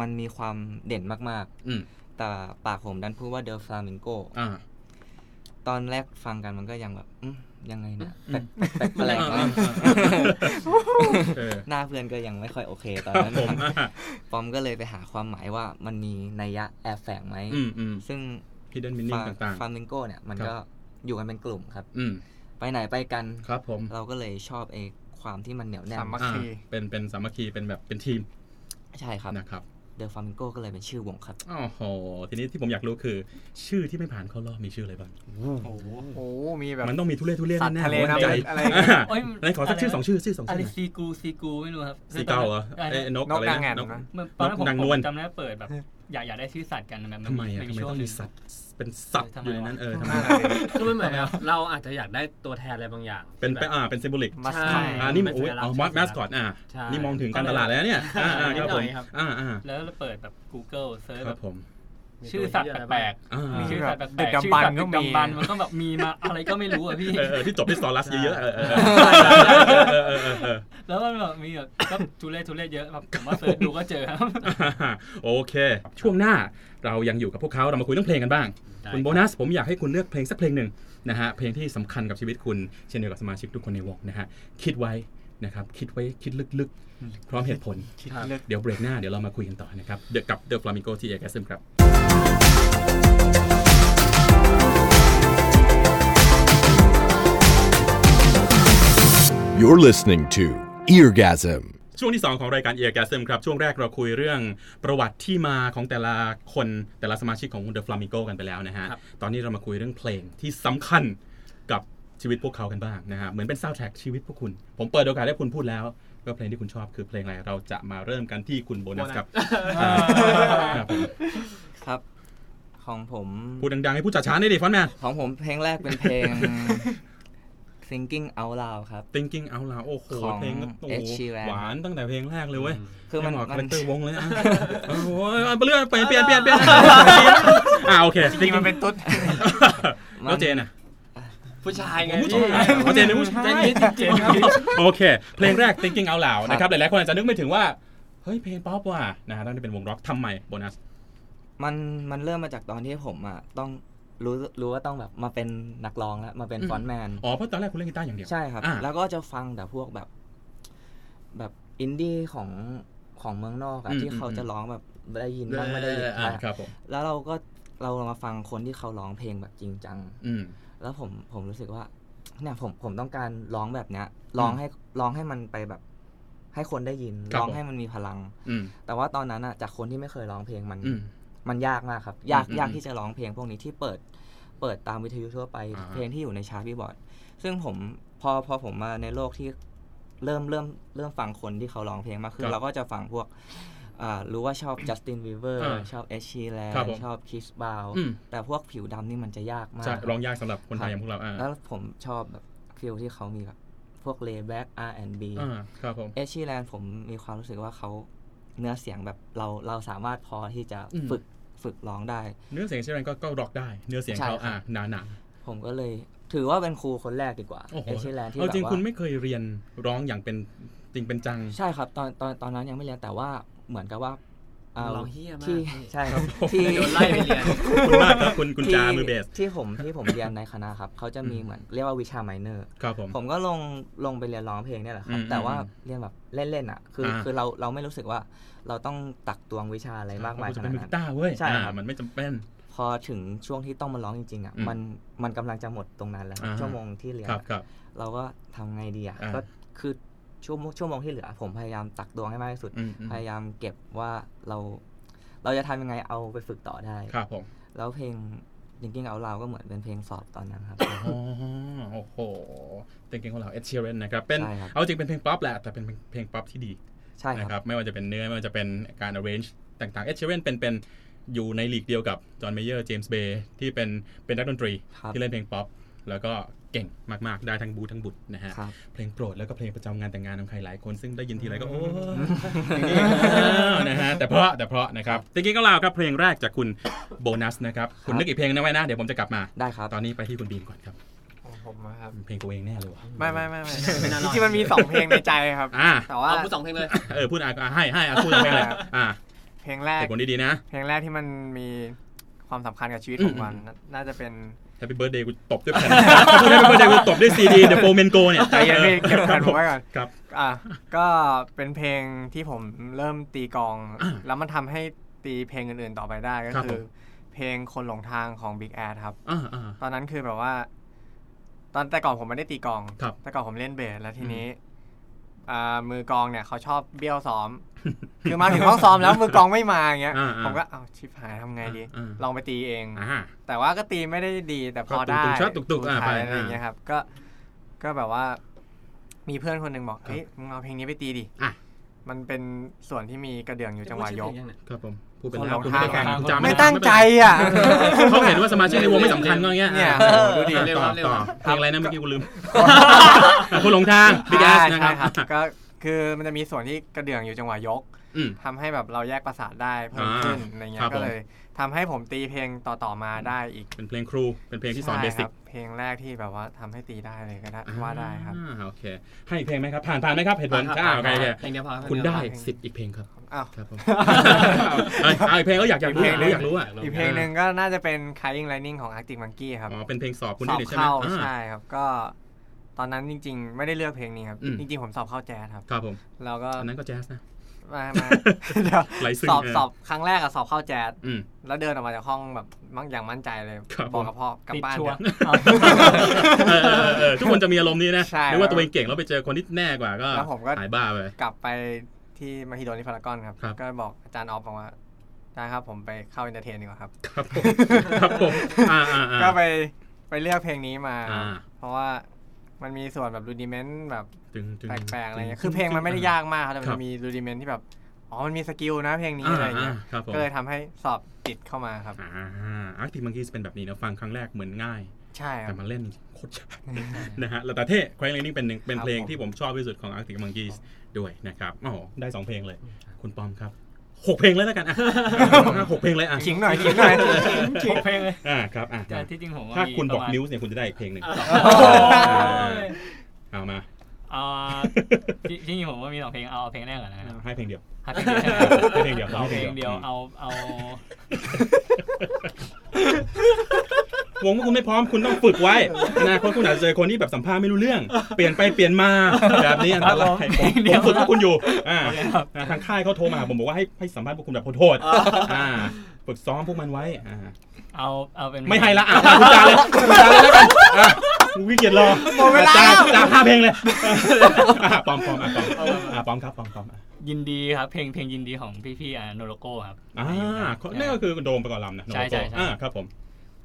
Speaker 3: มันมีความเด่นมาก
Speaker 2: อืม
Speaker 3: ๆ แต่ปากผมดันพูดว่าเดอ f ฟลามิงโก
Speaker 2: อ่า
Speaker 3: ตอนแรกฟังกันมันก็ยังแบบอืมยังไงนะ
Speaker 2: อื
Speaker 3: แปล
Speaker 2: ม
Speaker 3: กแปลกแปลกๆนะ
Speaker 2: เออ
Speaker 3: หน้าเพื่อนก็ยังไม่ค่อยโอเคตอน
Speaker 2: ครับ
Speaker 3: นั้น
Speaker 2: ผม
Speaker 3: ครับ
Speaker 2: อ่า
Speaker 3: ปอมก็เลยไปหาความหมายว่ามันมีนัยยะแอบแฝงไหม
Speaker 2: อืมอืม
Speaker 3: ซึ่ง
Speaker 2: ฮิดเด้นมินนิ่งต่าง
Speaker 3: ฟาร์มิงโก้เนี่ย มัน
Speaker 2: ครับ
Speaker 3: ก็อยู่กันเป็นกลุ่มครับ
Speaker 2: ๆ อืม
Speaker 3: ไปไหนไปกัน
Speaker 2: ครับผม
Speaker 3: เราก็เลยชอบไอ้ความที่มันเหนียวแน่น
Speaker 6: สามัค
Speaker 2: อ่า
Speaker 6: คี
Speaker 2: เป็นเป็นสามัคคีเป็นแบบเป็นทีม
Speaker 3: ใช่ครับ
Speaker 2: นะครับ
Speaker 3: เดอะฟาร์มิงโก้ก็เลยเป็นชื่อวงครับ
Speaker 2: โอ้โหทีนี้ที่ผมอยากรู้คือ ชื่อที่ไม่ผ่านเข้ารอบมีชื่ออะไรบ้าง
Speaker 6: โอ้โหมีแบบ
Speaker 2: มันต้องมีทุเรศทุเรศ
Speaker 6: สัตว์
Speaker 2: แน่
Speaker 6: ทะเล
Speaker 2: ๆ
Speaker 6: น้ำ
Speaker 2: ใจ
Speaker 6: อะไรอย่างเงี้ย
Speaker 2: อ่า
Speaker 5: โย
Speaker 2: ไหนขอสักชื่อสองชื่อชื่อสอง
Speaker 5: อะไร
Speaker 2: ชื่อหน่อย
Speaker 5: ซีกูซีกูไม่รู้ครับ
Speaker 2: สีเก้าเหรอเอ้ยนก
Speaker 6: นก
Speaker 2: อะไร
Speaker 6: นางแอ่
Speaker 2: นะ
Speaker 6: น
Speaker 2: นก
Speaker 6: นะ
Speaker 5: เมื่อตอนนั้นผม
Speaker 2: นางน
Speaker 5: ผ
Speaker 2: วล
Speaker 5: มจำได้เปิดแบบอยากอยากได้ชื่อสัตว์กันแบบน
Speaker 2: ทำไมอ่ะ
Speaker 5: น
Speaker 2: ทำไมต้องมี
Speaker 5: ช่วหนึ่
Speaker 2: สัตว์เป็นสัตว์
Speaker 5: ทำไม
Speaker 2: อยู่ในนั้น
Speaker 5: วะ
Speaker 2: เออทำไม
Speaker 6: น่ารักดี
Speaker 4: คือมันเหมือนแบบเราอาจจะอยากได้ตัวแทนอะไรบางอย่าง
Speaker 2: เป็นเป็น
Speaker 4: แบบ
Speaker 2: อ่าเป็นซิมโบลิก
Speaker 6: มัส
Speaker 4: ใช่
Speaker 6: คอต
Speaker 2: อ่านี่มัน
Speaker 4: เป็
Speaker 2: โอ้
Speaker 4: น
Speaker 2: ย
Speaker 4: สั
Speaker 2: อ๋อมาส
Speaker 4: ญลักษณ์ใช่
Speaker 2: มาสคอตอ่ะ
Speaker 4: ใช่
Speaker 2: นี่มองถึงการตลาดแล้วเนี่ยอ่าอ่าครับผม
Speaker 4: นิดหน่อยครับ
Speaker 2: อ่าอ่า
Speaker 5: แล้วเราเปิดแบบ Google เซิร์ช
Speaker 2: ค
Speaker 5: แบ
Speaker 2: รับบ ผม
Speaker 5: ชื่อสัตว์แปลก
Speaker 2: อ่า
Speaker 5: ๆมีชื่อสัตว์แป
Speaker 6: เด็
Speaker 5: ล
Speaker 6: ก
Speaker 5: กๆ
Speaker 6: ดำ
Speaker 5: ชื่
Speaker 6: บร
Speaker 5: อ
Speaker 6: ร
Speaker 5: สัต
Speaker 6: พ์
Speaker 5: ว์
Speaker 6: ก็
Speaker 5: ดึก
Speaker 6: มี
Speaker 5: ดำบันมันก็แบบมีมาอะไรก็ไม่รู้อ่ะพี่
Speaker 2: เออเออที่จบด้วยซอรัสเยอะๆเออเออเออเออเออเออ
Speaker 5: แล้วมันแบบมีแบบก็ทุเรศทุเรศเยอะแบบผมว่าเซิร์ชดูก็เจอครับ
Speaker 2: โอเค ช่วงหน้าเรายังอยู่กับพวกเขาเรามาคุยเรื่องเพลงกันบ้าง
Speaker 4: ได้
Speaker 2: คุณโบนัสผมอยากให้คุณเลือกเพลงสักเพลงหนึ่งนะฮะเพลงที่สำคัญกับชีวิตคุณเช่นเดียวกับสมาชิกทุกคนในวงนะฮะคิดไว้นะครับคิดไว้คิดลึกๆ พร้อมเหตุผล
Speaker 4: ครับ
Speaker 2: เดี๋ยวเบรกหน้าเดี๋ยวเรามาคุยกันต่อนะครับเดอะกับเดอะฟลามิงโกที่เอกัสซึมครับ
Speaker 1: You're listening to Eargasm.
Speaker 2: ช่วงที่ 2 ของรายการเอียร์แกซึมครับ ช่วงแรกเราคุยเรื่องประวัติที่มาของแต่ละคนแต่ละสมาชิกของ The Flamingo กันไปแล้วนะฮะ
Speaker 4: ครับ
Speaker 2: ตอนนี้เรามาคุยเรื่องเพลงที่สำคัญกับชีวิตพวกเขากันบ้างนะฮะ เหมือนเป็นซาวด์แทร็กชีวิตพวกคุณ ผมเปิดโอกาสให้คุณพูดแล้วว่าเพลงที่คุณชอบคือเพลงอะไรเราจะมาเริ่มกันที่คุณโบนัสครับอ่าครับผม
Speaker 3: ครับ ของผม
Speaker 2: พูดดังๆ ให้พูดช้าๆหน่อยดิฟอนแมน
Speaker 3: ของผมเพลงแรกเป็นเพล ง Thinking Out Loud ครับ
Speaker 2: Thinking Out Loud โอ้โห
Speaker 3: ของ
Speaker 2: เพลงก็โอ้โห
Speaker 3: Ed Sheeran
Speaker 2: หวานตั้งแต่เพลงแรกเลยเว้ย
Speaker 3: คือมัน
Speaker 2: ไเหาะกับ
Speaker 3: มัน
Speaker 2: คาแรคเตอร์วงเลยนะ โอ้โหเอาไปเรื่อยไปเปลี่ยนเปลี่ยนเปลี่ยนอ่าโอเค
Speaker 6: จริงๆมันเป็นตุ๊ด
Speaker 2: แล้วเจนอ่ะ
Speaker 4: ผู้ชายไง
Speaker 2: ผู้ชาย
Speaker 4: พี่
Speaker 2: เจนเป็นผู้ชาย
Speaker 4: เจนเจน
Speaker 2: โอเค เพลงแรก thinking out loud นะครับ หลายๆคนอาจจะนึกไม่ถึงว่า เฮ้ยเพลงป๊อปว่ะนะฮะต้องได้เป็นวงร็อกทำไมโบนัส
Speaker 3: มันมันเริ่มมาจากตอนที่ผมอ่ะต้องรู้รู้ว่าต้องแบบมาเป็นนักร้องแล้วมาเป็น
Speaker 2: อืม
Speaker 3: ฟรอนต์แมน
Speaker 2: อ๋อเพราะตอนแรกคุณเล่นกีตาร์อย่างเดียว
Speaker 3: ใช่ครับ
Speaker 2: อ่า
Speaker 3: แล้วก็จะฟังแต่พวกแบบ แบบอินดี้ของของเมืองนอกอะที่เขาจะร้องแบบได้ยินบ้างไม่ได้ยิน
Speaker 2: อ่า
Speaker 3: บ้าง
Speaker 2: ครับผม
Speaker 3: แล้วเราก็เรามาฟังคนที่เขาร้องเพลงแบบจริงจัง
Speaker 2: อืม
Speaker 3: แล้วผมผมรู้สึกว่าเนี่ยผมผมต้องการร้องแบบเนี้ยร้องให้ร้องให้มันไปแบบ ให้คนได้ยิน
Speaker 2: ครับ
Speaker 3: ร้อง
Speaker 2: ผม
Speaker 3: ให้มันมีพลัง
Speaker 2: อืม
Speaker 3: แต่ว่าตอนนั้นอะจากคนที่ไม่เคยร้องเพลงมัน
Speaker 2: อืม
Speaker 3: มันยากมากครับ ยาก
Speaker 2: อืม
Speaker 3: ยากที่จะร้องเพลงพวกนี้ที่เปิดเปิดตามวิทยุทั่วไป
Speaker 2: อ่าฮะ
Speaker 3: เพลงที่อยู่ในชาร์ตบิลบอร์ดซึ่งผมพอพอผมมาในโลกที่เริ่มเริ่มเริ่มฟังคนที่เขาร้องเพลงมากขึ้น เราก็จะฟังพวกอ่ารู้ว่าชอบจัสตินวีเวอร์
Speaker 2: อ่า
Speaker 3: ชอบเอชชีแลน
Speaker 2: ครับผม
Speaker 3: ชอบคิสบาว
Speaker 2: อืม
Speaker 3: แต่พวกผิวดำนี่มันจะยากมาก
Speaker 2: ใช่ร้องยากสำหรับคนไทยอย่างพวกเราอ่า
Speaker 3: แล้วผมชอบแบบฟิลที่เขามีแบบพวกเลแบ็ก R&B
Speaker 2: อ่าครับผม
Speaker 3: เอชชีแลนผมมีความรู้สึกว่าเขาเนื้อเสียงแบบเราเราสามารถพอที่จะ
Speaker 2: อืม
Speaker 3: ฝึกฝึกร้องได้
Speaker 2: เนื้อเสียงเชรันก็ก็ร็อกได้ เนื้อเสียงเขา
Speaker 3: ใช่ครับ
Speaker 2: อ่าหนาหนา
Speaker 3: ผมก็เลยถือว่าเป็นครูคนแรกดีกว่า
Speaker 2: ๆโอ้โห
Speaker 3: เอชชีแลนที่
Speaker 2: เอา
Speaker 3: แบบ
Speaker 2: จริง
Speaker 3: ว่า
Speaker 2: คุณไม่เคยเรียนร้องอย่างเป็นจริงเป็นจัง
Speaker 3: ใช่ครับ ตอนตอนตอนนั้นยังไม่เรียนแต่ว่าเหมือนกับว่าอ่
Speaker 4: ร้องเหี้ยมาก
Speaker 3: ที่
Speaker 4: พี่
Speaker 3: ใช่ครับ
Speaker 2: ผม
Speaker 3: ที่
Speaker 4: โดนไล่ไปเรียน
Speaker 2: ขอบคุณมากครับคุณคุณจา
Speaker 3: ที่
Speaker 2: มือเบส
Speaker 3: ที่ผมที่ผมเรียนในคณะครับเขาจะมี
Speaker 2: อืม
Speaker 3: เหมือนเรียกว่าวิชาไมเนอร์
Speaker 2: ครับผม
Speaker 3: ผมก็ลงลงไปเรียนร้องเพลงเนี่ยแหละครั
Speaker 2: อื
Speaker 3: บ
Speaker 2: ม
Speaker 3: แต่ว่า
Speaker 2: อืม
Speaker 3: เรียนแบบเล่นๆอ่ะ คืออา คือเราเราไม่รู้สึกว่าเราต้องตักตวงวิชาอะไรมากมาย
Speaker 2: เพ
Speaker 3: ข
Speaker 2: ระ
Speaker 3: นาด
Speaker 2: คุณจะเป็นมือ
Speaker 3: นั้
Speaker 2: กี
Speaker 3: น
Speaker 2: ตาร์เว้ย
Speaker 3: ใช่ครับ
Speaker 2: อ่ามันไม่จำเป็น
Speaker 3: พอถึงช่วงที่ต้องมาร้องจริงๆอ่ะ
Speaker 2: อืม
Speaker 3: มันมันกำลังจะหมดตรงนั้นแล้วครับ
Speaker 2: อ่าฮะ
Speaker 3: ชั่วโมงที่เรียน
Speaker 2: ครับ
Speaker 3: อะ
Speaker 2: ครับ
Speaker 3: เราก็ทำไงดีอ่ะ
Speaker 2: อ่า
Speaker 3: ก็คือชั่วโมงชั่วโมงที่เหลือ ผมพยายามตักตวงให้มากที่สุด
Speaker 2: อืมอืม
Speaker 3: พยายามเก็บว่าเรา เราจะทำยังไงเอาไปฝึกต่อได้
Speaker 2: ครับผม
Speaker 3: แล้วเพลงจริงๆเอาเราก็เหมือนเป็นเพลงสอบตอนนั้นครับ
Speaker 2: อ๋อโอ้โหจริงๆของเราเอ็ดเชียรนนะครับเป็น
Speaker 3: ใช่ครับ
Speaker 2: เอาจริงเป็นเพลงป๊อปแหละแต่เป็นเพลงป๊อปที่ดี
Speaker 3: ใช่
Speaker 2: นะค
Speaker 3: ค
Speaker 2: รั
Speaker 3: รั
Speaker 2: บบ ไม่ว่าจะเป็นเนื้อ ไม่ว่าจะเป็นการ arrange ต่างๆ เอชเชเวนเป็นเป็นอยู่ในลีกเดียวกับจอห์นเมเยอร์เจมส์เบย์ที่เป็นเป็นนักดนตรี
Speaker 3: ครับ
Speaker 2: ที่เล่นเพลงป๊อป แล้วก็เก่งมาก ๆ ได้ทั้งบูททั้งบุตรนะฮะ
Speaker 3: ครับ
Speaker 2: เพลงโปรดแล้วก็เพลงประจำงานแต่งงานของใครหลายคนซึ่งได้ยินทีไรก็โอ้ ยนะฮะแต่เพราะแต่เพราะนะครับจริงๆก็ลาวครับเพลงแรกจากคุณโบนัสนะครับคุณนึกอีกเพลงนะไว้นะเดี๋ยวผมจะกลับมา
Speaker 3: ได้ครับ
Speaker 2: ตอนนี้ไปที่คุณบีมก่อนครับ
Speaker 6: ของผมนะครับ
Speaker 2: เพลงตัวเองแน่เลยวะ
Speaker 6: ไม่ไม่ไม่ไม่
Speaker 4: ไม่น่าร
Speaker 6: จ
Speaker 4: อด
Speaker 6: ริงๆมันมีสองเพลงในใจครับ
Speaker 2: อ่า
Speaker 6: แต่ว่า
Speaker 4: เอาพูดสองเพลงเลย
Speaker 2: เออพูดอ่ะอ่ะให้ให้อ่ะพูดเพลง เลยอ่า
Speaker 6: เพลงแรก
Speaker 2: แต่คนดีๆนะ
Speaker 6: เพลงแรกที่มันมีความสำคัญกับชีวิตของมันน่าน่าจะเป็น
Speaker 2: แฮปปี้เบิร์ดเดย์กูตบด้วยแผ่น ถ้าไม่แฮปปี้เบิร์ดเดย์กูตบด้วยซีดีเดอะโฟเมนโกเนี่ย
Speaker 6: ใจเย็นพี่เก็บแผ่นผมไว้ก่อน
Speaker 2: ครับ
Speaker 6: อ่ะก็เป็นเพลงที่ผมเริ่มตีกลอง แล้วมันทำให้ตีเพลงอื่นๆต่อไปได้ก็
Speaker 2: ครับผ
Speaker 6: คือ
Speaker 2: ม
Speaker 6: เพลงคนหลงทางของ Big Air ครับ
Speaker 2: อ่าอ่า
Speaker 6: ตอนนั้นคือแบบว่า ตอนแต่ก่อนผมไม่ได้ตีกลอง
Speaker 2: ครับ
Speaker 6: แต่ก่อนผมเล่นเบสแล้วทีนี้อ่ามือกลองเนี่ยเขาชอบเบี้ยวซ้ อม คือมาถึงห้องซ้อมแล้วมือกลองไม่มาอย่างเงี้ย
Speaker 2: อ่าๆ
Speaker 6: ผมก็เอาชิบหายทำไงดี
Speaker 2: อ่าๆ
Speaker 6: ลองไปตีเอง
Speaker 2: อ่า
Speaker 6: แต่ว่าก็ตีไม่ได้ดีแต่พอ
Speaker 2: ก็
Speaker 6: ได้
Speaker 2: ตุกๆชอบตุกๆอ่ะไป
Speaker 6: ไปอะไรอย่างเงี้ยครับ ก็ก็แบบว่า มีเพื่อนคนหนึ่งบอกเฮ้ยมึงเอาเพลงนี้ไปตีดิ
Speaker 2: อ่ะ
Speaker 6: มันเป็นส่วนที่มีกระเดื่องอยู่จังหวะยก
Speaker 2: ครับผมพูดเป็น
Speaker 6: คน
Speaker 2: แล้ว
Speaker 6: หลง
Speaker 2: คุณไม่ได้แข่ง
Speaker 6: ทาง
Speaker 2: คุณจำ
Speaker 6: ไม่ตั้งใจอ่ะ
Speaker 2: เขาเห็นว่าสมาชิกในวงไม่สำคัญก็อย่างเงี้ย
Speaker 6: เนี่ย
Speaker 2: อ่ะ
Speaker 4: ดูดิ
Speaker 2: อ่ะ
Speaker 4: เร็ว
Speaker 2: ต่อ
Speaker 4: เร็ว
Speaker 2: ต่อเพลงอะไรนะเมื่อกี้กูลืมอ่ะคุณหลงทางบิ๊กแอส
Speaker 6: ใช่
Speaker 2: นะค
Speaker 6: ใช่
Speaker 2: รับ
Speaker 6: ก็คือมันจะมีส่วนที่กระเดื่องอยู่จังหวะยก
Speaker 2: อืม
Speaker 6: ทำให้แบบเราแยกประสาทได้เพิ่มขึ้น
Speaker 2: อ่า
Speaker 6: อะไรเงี้
Speaker 2: ครั
Speaker 6: ย
Speaker 2: บ
Speaker 6: ก็เลยทำให้ผมตีเพลงต่อๆมาได้อีก
Speaker 2: เป็นเพลงครู เป็นเพลงที่สอน
Speaker 6: ใช่
Speaker 2: เบสิก
Speaker 6: ครับเพลงแรกที่แบบว่าทำให้ตีได้เลยก็ได้ว่าได้ครับ
Speaker 2: อ่าโอเค ให้อีกเพลงไหมครับ ผ่านผ่านไหมครับเหตุผลอ่าโอเคโอเค
Speaker 4: เพลงเดียวพอรับ
Speaker 2: คุณได้
Speaker 4: เพลงเยวพอ
Speaker 2: สิทธิ์อีกเพลงครับ
Speaker 6: อ้าว
Speaker 2: ครับผมเอาเอาอีกเพลงก็อยากอยากรู้อยากรู้อยากรู้อ่ะ
Speaker 6: อีกเพลงหนึ่งก็น่าจะเป็น Crying Lightning ของ Arctic Monkey ครับ
Speaker 2: อ๋อ เป็นเพลงสอบคุณ
Speaker 6: ส
Speaker 2: ได้
Speaker 6: อบ
Speaker 2: เลยใช่ไหม
Speaker 6: เข้า
Speaker 2: อ่า
Speaker 6: ใช่ครับก็ ตอนนั้นจริง ๆ ไม่ได้เลือกเพลงนี้ครับ
Speaker 2: อืม
Speaker 6: จริง ๆ ผมสอบเข้าแจ๊สครับ
Speaker 2: ครับผม
Speaker 6: แล้วก็
Speaker 2: อันนั้นก็แจ๊สนะ
Speaker 6: มามา เดี๋ยว
Speaker 2: ไหลซึม
Speaker 6: สอบ
Speaker 2: เออ
Speaker 6: สอบครั้งแรกอะสอบเข้าแจ๊ส
Speaker 2: อืม
Speaker 6: แล้วเดินออกมาจากห้องแบบมั่งอย่างมั่นใจเลย
Speaker 2: ครับ
Speaker 6: บอก
Speaker 2: ผม
Speaker 6: กับพ่อกลับบ้าน
Speaker 5: ติดชัว
Speaker 6: เถ
Speaker 5: ร์
Speaker 6: อะ
Speaker 5: เอา
Speaker 2: เออเออเออทุกคนจะมีอารมณ์นี้นะ
Speaker 6: ใช่
Speaker 2: นึกว่าตัวเองเก่งแล้วไปเจอคนที่แน่กว่าก็
Speaker 6: แล้วผมก็
Speaker 2: หายบ้าไป
Speaker 6: กลับไปที่มหิดลที่พารากอนครับ
Speaker 2: ครับ
Speaker 6: ก็บอกอาจารย์ออฟบอกว่าอาจารย์ครับผมไปเข้าเอนเตอร์เทนดีกว่าครับ
Speaker 2: ครับผม ครับผมอ่าอ่าอ่า
Speaker 6: ก็ไปไปเลือกเพลงนี้มา
Speaker 2: อ่า
Speaker 6: เพราะว่ามันมีส่วนแบบรูดิเมนต์แบบ
Speaker 2: ตึงตึง
Speaker 6: แปลกๆอะไรเงี้ย คือเพลงมันไม่ได้ยากมากครับแต่มั
Speaker 2: ครับ
Speaker 6: นมีรูดิเมนที่แบบ อ๋อ มันมีสกิลนะเพลงนี้
Speaker 2: อ่า
Speaker 6: อะไรเงี้ย
Speaker 2: อ่าครับผม
Speaker 6: ก็เลยทำให้สอบติดเข้ามาครับ
Speaker 2: อ่าอาร์คติมังคีเป็นแบบนี้นะฟังครั้งแรกเหมือนง่าย
Speaker 6: ใช่ครั
Speaker 2: แต่
Speaker 6: บ
Speaker 2: มาเล่นโคตร ยากนะฮะแล้วแต่เท่ควายเลนนิ่งเป็นหนึ่งเป็น
Speaker 6: ครับ
Speaker 2: เพลง
Speaker 6: ผม
Speaker 2: ที่ผมชอบที่สุดของ Arctic Monkeys ด้วยนะครับอ๋อได้สองเพลงเลย คุณปอมครับหกเพลงเลยแล้วกัน อ่ะหกเพลงเลยอ่ะ
Speaker 6: ขิงหน่อยขิงหน่อย
Speaker 5: หกเพลงเลย
Speaker 2: อ่าครับอ่ะ
Speaker 5: แต่ที่จริงผมว่
Speaker 2: ถ้าคุณ
Speaker 5: มี
Speaker 2: บอก
Speaker 5: ประมณ
Speaker 2: นิ้วเนี่ยคุณจะได้อีกเพลงหนึ่ง
Speaker 5: โอ้ย
Speaker 2: เอามา
Speaker 5: อ่าที่ที่จริงผมว่ามีสองเพลงเอาเอาเพลงแรกก่อนนะครับ
Speaker 2: ให้เพลงเดียว
Speaker 5: หาเพลงเดียวใช่ไห
Speaker 2: ให
Speaker 5: ม
Speaker 2: ้เพลงเดียว
Speaker 5: เอาเพลงเดียว
Speaker 2: อืม
Speaker 5: เอาเอา
Speaker 2: วงว่าคุณไม่พร้อมคุณต้องฝึกไว้นะเพราะคุณอาจจะเจอคนที่แบบสัมภาษณ์ไม่รู้เรื่อง เปลี่ยนไปเปลี่ยนมาแบบนี้อันตรายผมผมฝึกพวกคุณอยู่อ่านะทางค่ายเขาโทรมาหาผมบอกว่าให้ให้สัมภาษณ์พวกคุณแบบโทษๆอ่าฝึกซ้อมพวกมันไว้อ่า
Speaker 5: เอาเอาเป็น
Speaker 2: ไม่ให้ละอ่ะคุณจาเลยคุณจาเลยแล้วกันอ่ะกูวิเกียจรอ
Speaker 6: หมดเวลา
Speaker 2: จ้จ้าห้าเพลง เลยอ่ะปอมปอมอ่ะปอมอ่ะปอมครับปอมปอมอ่ะ
Speaker 5: ยินดีครับ เพลงเพลงยินดีของพี่พี่ๆอ่าโนโลโก้ครับ
Speaker 2: อ่าเขานั่นก็คือโดมประกอบลำนะ
Speaker 5: ใช่ใช่ใช่
Speaker 2: อ่าครับผม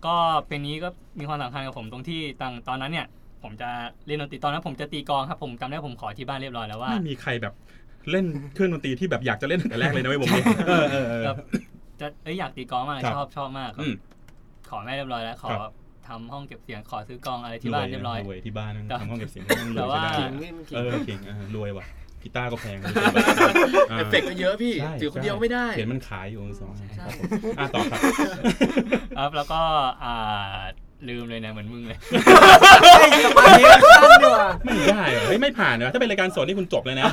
Speaker 5: ก็เพลงนี้ก็มีความสำคัญกับผมตรงที่ตอนตอนนั้นเนี่ย ผมจะเล่นดนตรีตอนนั้นผมจะตีกลองครับผมจำได้ผมขอที่บ้านเรียบร้อยแล้วว่า
Speaker 2: ไม่มีใครแบบเล่นเครื่องดนตรีที่แบบอยากจะเล่นตั้งแต่แรกเลยนะเว้ยผมเนี่ยเออเออเออ
Speaker 5: แบบจะเอ้ยอยากตีกลองมาก
Speaker 2: ครับ
Speaker 5: ชอบชอบมาก
Speaker 2: อืม
Speaker 5: ขอแม่เรียบร้อยแล้ว ขอ
Speaker 2: ครับ
Speaker 5: ทำห้องเก็บเสียงขอซื้อกลองอะไรที่บ้านเรียบร้อย
Speaker 2: วที่บ้าน
Speaker 5: แต่
Speaker 2: ทำห้องเก็บเสียง
Speaker 5: แต่ว่า
Speaker 2: รวยใช้ได้
Speaker 4: นี่มันขิง
Speaker 2: เออเก่งอ่ารวยว่ะกีตาร์ก็แพง
Speaker 4: เอฟเฟกต์ก็เยอะพี่
Speaker 2: ใช่
Speaker 4: ถือคนเดียวไม่ได้
Speaker 2: เห็นมันขายอยู่สองครับผมอ่ะต่อครับ
Speaker 5: ครับแล้วก็อ่าลืมเลยนะเหมือนมึงเลย
Speaker 6: ไอ้สปาเนี้สั้นดีกว่า
Speaker 2: ไม่ได้เหรอเฮ้ยไม่ผ่านเหรอถ้าเป็นรายการสดนี่คุณจบเลยนะ